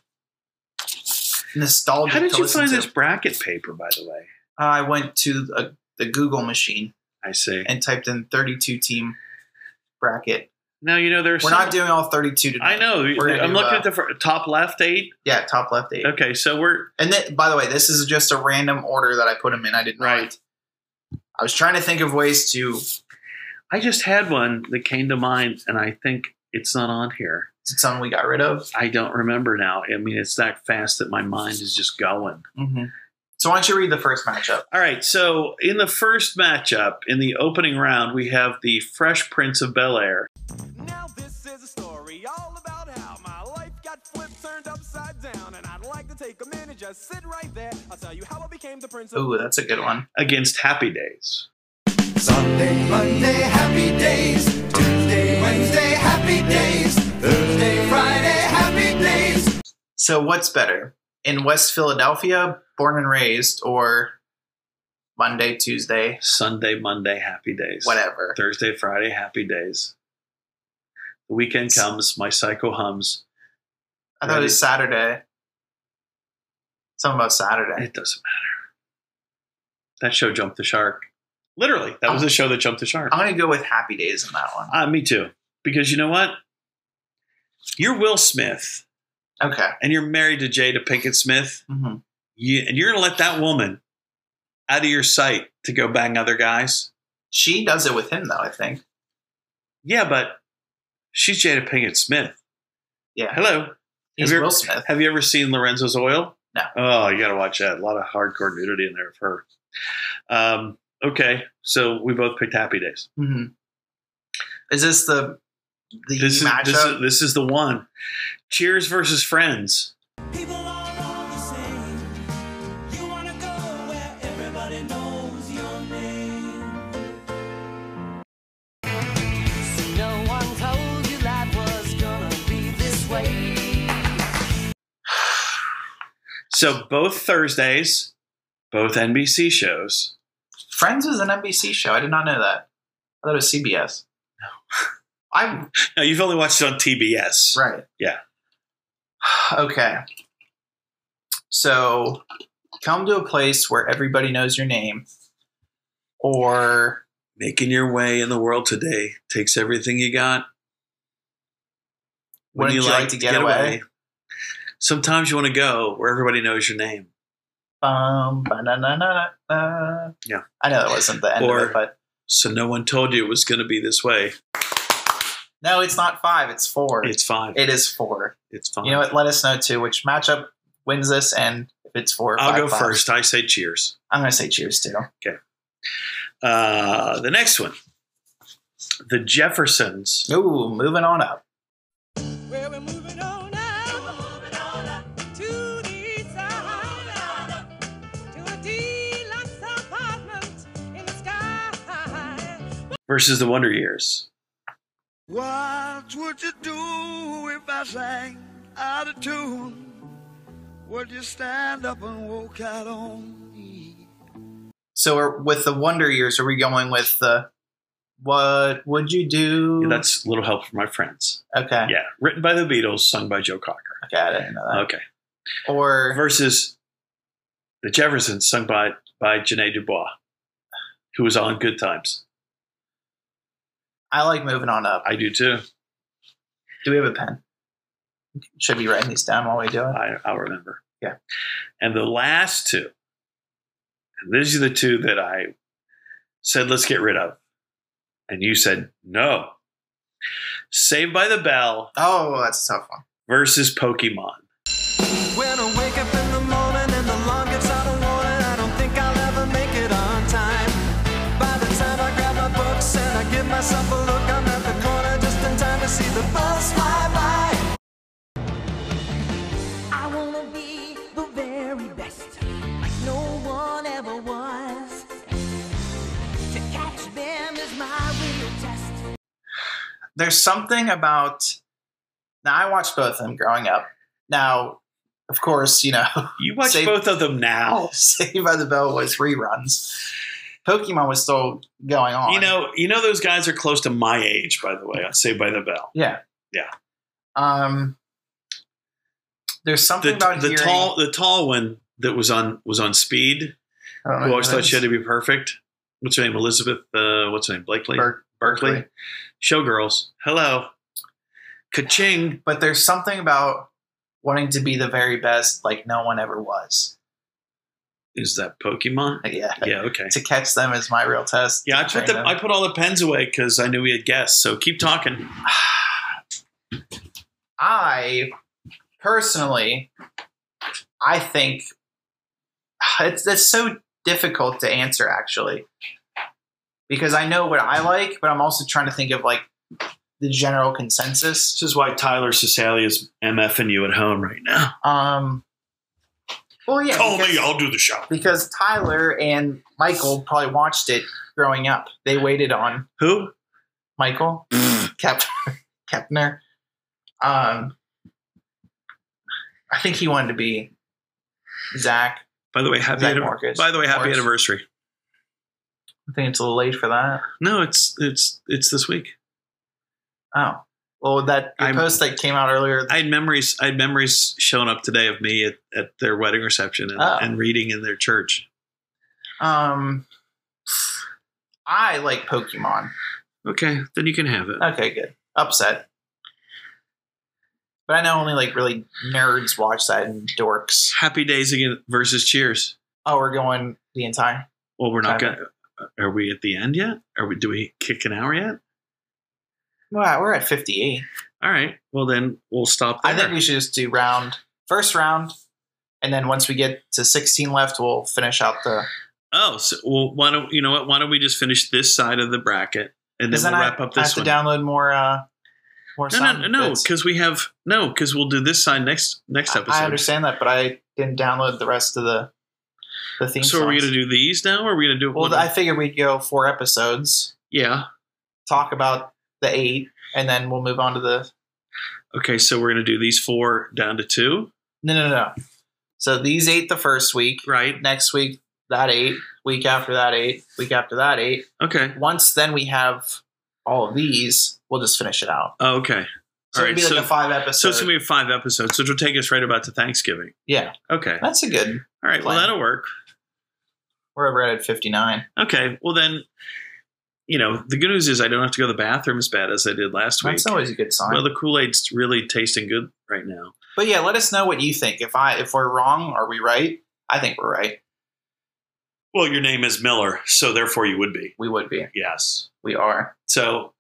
Speaker 2: nostalgic.
Speaker 1: how did
Speaker 2: to
Speaker 1: you
Speaker 2: listen
Speaker 1: find
Speaker 2: to.
Speaker 1: this bracket paper? By the way,
Speaker 2: I went to the, the Google machine.
Speaker 1: I see.
Speaker 2: and typed in 32 team bracket.
Speaker 1: Now you know there's
Speaker 2: We're not doing all 32 today.
Speaker 1: I know.
Speaker 2: gonna
Speaker 1: I'm
Speaker 2: do,
Speaker 1: looking
Speaker 2: uh,
Speaker 1: at the fir- top left eight.
Speaker 2: Yeah, top left eight.
Speaker 1: Okay, so we're
Speaker 2: And then, by the way, this is just a random order that I put them in. I didn't.
Speaker 1: Right.
Speaker 2: write. I was trying to think of ways to. Is
Speaker 1: I just had one that came to mind, and I think it's not on here.
Speaker 2: it something we got rid of?
Speaker 1: I don't remember now. I mean, it's that fast that my mind is just going.
Speaker 2: Mm-hmm. So why don't you read the first matchup?
Speaker 1: All right, so in the first matchup in the opening round, we have the Fresh Prince of Bel Air.
Speaker 3: Now this is a story all about how my life got flipped, turned upside down, and I'd like to take a minute, just sit right there. I'll tell you how I became the prince of.
Speaker 2: Ooh, that's a good one.
Speaker 1: Against Happy Days.
Speaker 4: Sunday, Monday, happy days. Tuesday, Wednesday, happy days. Thursday, Friday, happy days.
Speaker 2: So what's better in West Philadelphia, born and raised, or Monday, Tuesday,
Speaker 1: Sunday, Monday, Happy Days.
Speaker 2: whatever?
Speaker 1: Thursday, Friday, Happy Days. The weekend comes, my psycho hums.
Speaker 2: I thought it was Saturday. Something about Saturday.
Speaker 1: It doesn't matter. That show jumped the shark. Literally, that was the show that jumped the shark.
Speaker 2: I'm gonna go with Happy Days on that one.
Speaker 1: Uh, me too. Because you know what? You're Will Smith
Speaker 2: Okay.
Speaker 1: and you're married to Jada Pinkett Smith.
Speaker 2: hmm
Speaker 1: You, and you're going to let that woman out of your sight to go bang other guys?
Speaker 2: She does it with him though. I think.
Speaker 1: Yeah, but she's Jada Pinkett Smith.
Speaker 2: Yeah.
Speaker 1: Hello.
Speaker 2: He's
Speaker 1: you ever-
Speaker 2: Will Smith.
Speaker 1: Have you ever seen Lorenzo's Oil?
Speaker 2: No.
Speaker 1: Oh, you got to watch that. A lot of hardcore nudity in there of her. Um, okay, so we both picked Happy Days.
Speaker 2: hmm Is this the the
Speaker 1: Mm-hmm. This is,
Speaker 2: matchup?
Speaker 1: this is this is the one. Cheers versus Friends.
Speaker 5: People are all the same. You wanna go where everybody knows your name. So no one told you life was gonna be this way.
Speaker 1: So both Thursdays, both NBC shows.
Speaker 2: Friends is an NBC show. I did not know that. I thought it was CBS. No. I
Speaker 1: Now you've only watched it on TBS.
Speaker 2: right.
Speaker 1: Yeah.
Speaker 2: Okay. So, come to a place where everybody knows your name, or
Speaker 1: Making your way in the world today takes everything you got.
Speaker 2: wouldn't you, like, to get, away?
Speaker 1: Sometimes you want to go where everybody knows your name.
Speaker 2: Bum, ba-na-na-na-na.
Speaker 1: Yeah.
Speaker 2: um, I know that wasn't the end
Speaker 1: Or-
Speaker 2: of it, but
Speaker 1: So no one told you it was going to be this way.
Speaker 2: no, it's not five. It's four.
Speaker 1: It's fine.
Speaker 2: It is four.
Speaker 1: It's fine.
Speaker 2: You know what? Let us know too which matchup wins this, and if it's four, or
Speaker 1: I'll
Speaker 2: five,
Speaker 1: go
Speaker 2: five.
Speaker 1: first. I say cheers.
Speaker 2: I'm gonna say cheers too.
Speaker 1: Uh, the next one, the Jeffersons.
Speaker 2: Ooh, moving on up.
Speaker 5: Well, we're moving on up to the east side, to a deluxe apartment in the sky.
Speaker 1: versus the Wonder Years.
Speaker 6: What would you do if I sang out of tune? Would you stand up and walk out on me?
Speaker 2: So are, with the Wonder Years, are we going with the what would you do?
Speaker 1: Yeah, that's a little help from my friends.
Speaker 2: okay.
Speaker 1: Yeah, written by the Beatles, sung by Joe Cocker.
Speaker 2: Okay, I didn't know that.
Speaker 1: Okay,
Speaker 2: Or
Speaker 1: versus the Jeffersons, sung by by Janae Dubois, who was on Good Times.
Speaker 2: I like moving on up.
Speaker 1: I do too.
Speaker 2: Do we have a pen? Should be writing these down while we do it.
Speaker 1: I, I'll remember.
Speaker 2: Yeah.
Speaker 1: and the last two. And these are the two that I said let's get rid of, and you said no. Saved by the Bell
Speaker 2: Oh, that's a tough one.
Speaker 1: versus Pokemon.
Speaker 6: When I wake up in the morning and the alarm gets out of warning, I don't think I'll ever make it on time. By the time I grab my books and I give myself a look, I'm at the corner just in time to see the bus fly by.
Speaker 5: I wanna be the very best, like no one ever was. To catch them is my real test.
Speaker 2: There's something about now I watched both of them growing up. Now, of course, you know,
Speaker 1: You watch
Speaker 2: Saved-
Speaker 1: both of them now.
Speaker 2: Saved by the Bell was reruns. Pokemon was still going on.
Speaker 1: You know, you know those guys are close to my age, by the way. I say by the bell.
Speaker 2: Yeah.
Speaker 1: Yeah.
Speaker 2: Um there's something
Speaker 1: The,
Speaker 2: about
Speaker 1: the
Speaker 2: hearing,
Speaker 1: tall the tall one that was on was on speed,
Speaker 2: I don't know
Speaker 1: who always
Speaker 2: who
Speaker 1: thought
Speaker 2: that
Speaker 1: she had
Speaker 2: is.
Speaker 1: to be perfect. What's her name? Elizabeth uh, what's her name? Blakely?
Speaker 2: Ber-
Speaker 1: Berkeley.
Speaker 2: Berkeley.
Speaker 1: Showgirls. Hello. Ka-ching.
Speaker 2: But there's something about wanting to be the very best like no one ever was.
Speaker 1: Is that Pokemon?
Speaker 2: Yeah.
Speaker 1: Yeah, okay.
Speaker 2: To catch them is my real test.
Speaker 1: Yeah, I
Speaker 2: To
Speaker 1: put
Speaker 2: train
Speaker 1: the,
Speaker 2: them.
Speaker 1: I put all the pens away because I knew we had guests. So keep talking.
Speaker 2: I personally, I think it's that's so difficult to answer actually, because I know what I like, but I'm also trying to think of like the general consensus.
Speaker 1: This is why Tyler Cecilia is MFing you at home right now.
Speaker 2: Um, well, yeah,
Speaker 1: Call
Speaker 2: because,
Speaker 1: me, I'll do the show.
Speaker 2: because Tyler and Michael probably watched it growing up. They waited on
Speaker 1: Who?
Speaker 2: Michael Kep- Kepner. Um, I think he wanted to be Zach.
Speaker 1: By the way, happy
Speaker 2: Zach
Speaker 1: anniv-
Speaker 2: Marcus.
Speaker 1: By the way, happy
Speaker 2: Morris.
Speaker 1: anniversary.
Speaker 2: I think it's a little late for that.
Speaker 1: No, it's it's it's this week.
Speaker 2: Oh, well, that your
Speaker 1: I'm-
Speaker 2: post that came out earlier.
Speaker 1: I had memories. I had memories showing up today of me at, at their wedding reception and,
Speaker 2: Oh.
Speaker 1: and reading in their church.
Speaker 2: Um, I like Pokemon.
Speaker 1: Okay, then you can have it.
Speaker 2: Okay, good. Upset. But I know only like really nerds watch that and dorks.
Speaker 1: Happy Days again versus Cheers.
Speaker 2: Oh, we're going the entire.
Speaker 1: Well, we're not
Speaker 2: Time
Speaker 1: gonna. Are we at the end yet? Are we? Do we kick an hour yet?
Speaker 2: Wow, we're at fifty-eight.
Speaker 1: All right. Well, then we'll stop there.
Speaker 2: I think we should just do round first round, and then once we get to sixteen left, we'll finish out the.
Speaker 1: oh, so well, why don't you know what? Why don't we just finish this side of the bracket and then
Speaker 2: Because
Speaker 1: we'll
Speaker 2: I-
Speaker 1: wrap up
Speaker 2: I
Speaker 1: this one?
Speaker 2: have to download more. Uh, more
Speaker 1: no,
Speaker 2: sound
Speaker 1: no, no,
Speaker 2: bits.
Speaker 1: because we have no, because we'll do this side next next episode.
Speaker 2: I understand that, but I didn't download the rest of the the theme.
Speaker 1: So are we
Speaker 2: songs.
Speaker 1: gonna do these now? Or are we gonna do it?
Speaker 2: Well,
Speaker 1: one-
Speaker 2: I figured we'd go four episodes,
Speaker 1: yeah.
Speaker 2: talk about the eight, and then we'll move on to the
Speaker 1: Okay, so we're gonna do these four down to two,
Speaker 2: no, no, no. So these eight the first week,
Speaker 1: right?
Speaker 2: next week that eight, week after that eight, week after that eight.
Speaker 1: Okay.
Speaker 2: Once then we have all of these, we'll just finish it out.
Speaker 1: Oh, okay.
Speaker 2: So
Speaker 1: All right.
Speaker 2: it'd be like
Speaker 1: So,
Speaker 2: a five episode.
Speaker 1: so it's gonna be five episodes, which will take us right about to Thanksgiving.
Speaker 2: yeah,
Speaker 1: Okay.
Speaker 2: that's a good.
Speaker 1: All right. Well,
Speaker 2: plan.
Speaker 1: that'll work.
Speaker 2: We're over at fifty nine.
Speaker 1: Okay. Well, then, you know, the good news is I don't have to go to the bathroom as bad as I did last week.
Speaker 2: That's always a good sign.
Speaker 1: well, the Kool Aid's really tasting good right now.
Speaker 2: But yeah, let us know what you think. If I if we're wrong, are we right? I think we're right.
Speaker 1: Well, your name is Miller, so therefore you would be.
Speaker 2: We would be.
Speaker 1: Yes.
Speaker 2: We are.
Speaker 1: So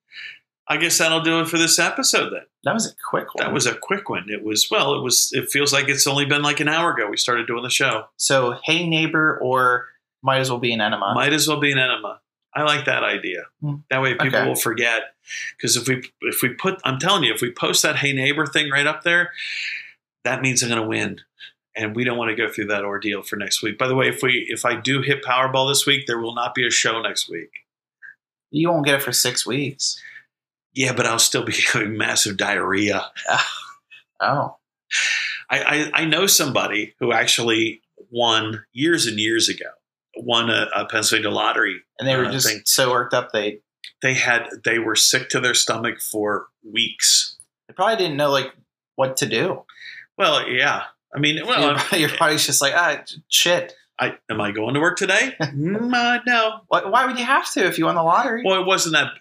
Speaker 1: I guess that'll do it for this episode then.
Speaker 2: That was a quick one.
Speaker 1: That was a quick one. It was, well, it was, it feels like it's only been like an hour ago we started doing the show.
Speaker 2: so hey neighbor or might as well be an enema.
Speaker 1: Might as well be an enema. I like that idea.
Speaker 2: Hmm.
Speaker 1: That way people
Speaker 2: Okay.
Speaker 1: will forget. Because if we if we put, I'm telling you, if we post that "Hey Neighbor" thing right up there, that means I'm going to win, and we don't want to go through that ordeal for next week. By the way, if we if I do hit Powerball this week, there will not be a show next week.
Speaker 2: you won't get it for six weeks.
Speaker 1: Yeah, but I'll still be having massive diarrhea.
Speaker 2: Oh.
Speaker 1: I, I, I know somebody who actually won years and years ago, won a, a Pennsylvania lottery
Speaker 2: And they were
Speaker 1: Uh,
Speaker 2: just
Speaker 1: thank-
Speaker 2: so worked up they
Speaker 1: they had they were sick to their stomach for weeks.
Speaker 2: they probably didn't know like what to do.
Speaker 1: Well, yeah. I mean, well, um,
Speaker 2: your, body- your body's just like, ah shit.
Speaker 1: I am I going to work today? Mm, uh, no.
Speaker 2: Why, why would you have to if you won the lottery?
Speaker 1: Well, it wasn't that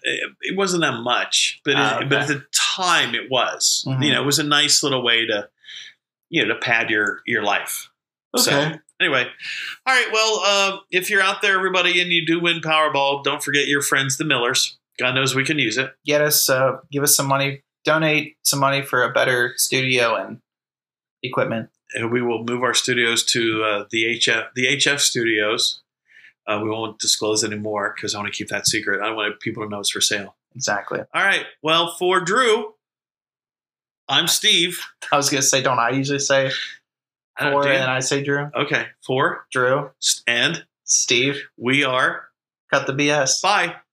Speaker 1: it wasn't that much, but it,
Speaker 2: Ah, okay.
Speaker 1: but at the time it was.
Speaker 2: Mhm.
Speaker 1: You know, it was a nice little way to you know to pad your your life. So, anyway, all right. Well, uh, if you're out there, everybody, and you do win Powerball, don't forget your friends, the Millers. God knows we can use it.
Speaker 2: Get us uh give us some money, donate some money for a better studio and equipment.
Speaker 1: and we will move our studios to uh, the HF the HF studios. Uh, we won't disclose anymore because I want to keep that secret. I don't want people to know it's for sale.
Speaker 2: Exactly.
Speaker 1: All right. Well, for Drew, I'm Steve.
Speaker 2: I was gonna say, don't I usually say
Speaker 1: I don't-
Speaker 2: four, and
Speaker 1: Dan-
Speaker 2: then I say Drew,
Speaker 1: okay, for
Speaker 2: Drew,
Speaker 1: and
Speaker 2: Steve,
Speaker 1: we are
Speaker 2: cut the BS.
Speaker 1: bye.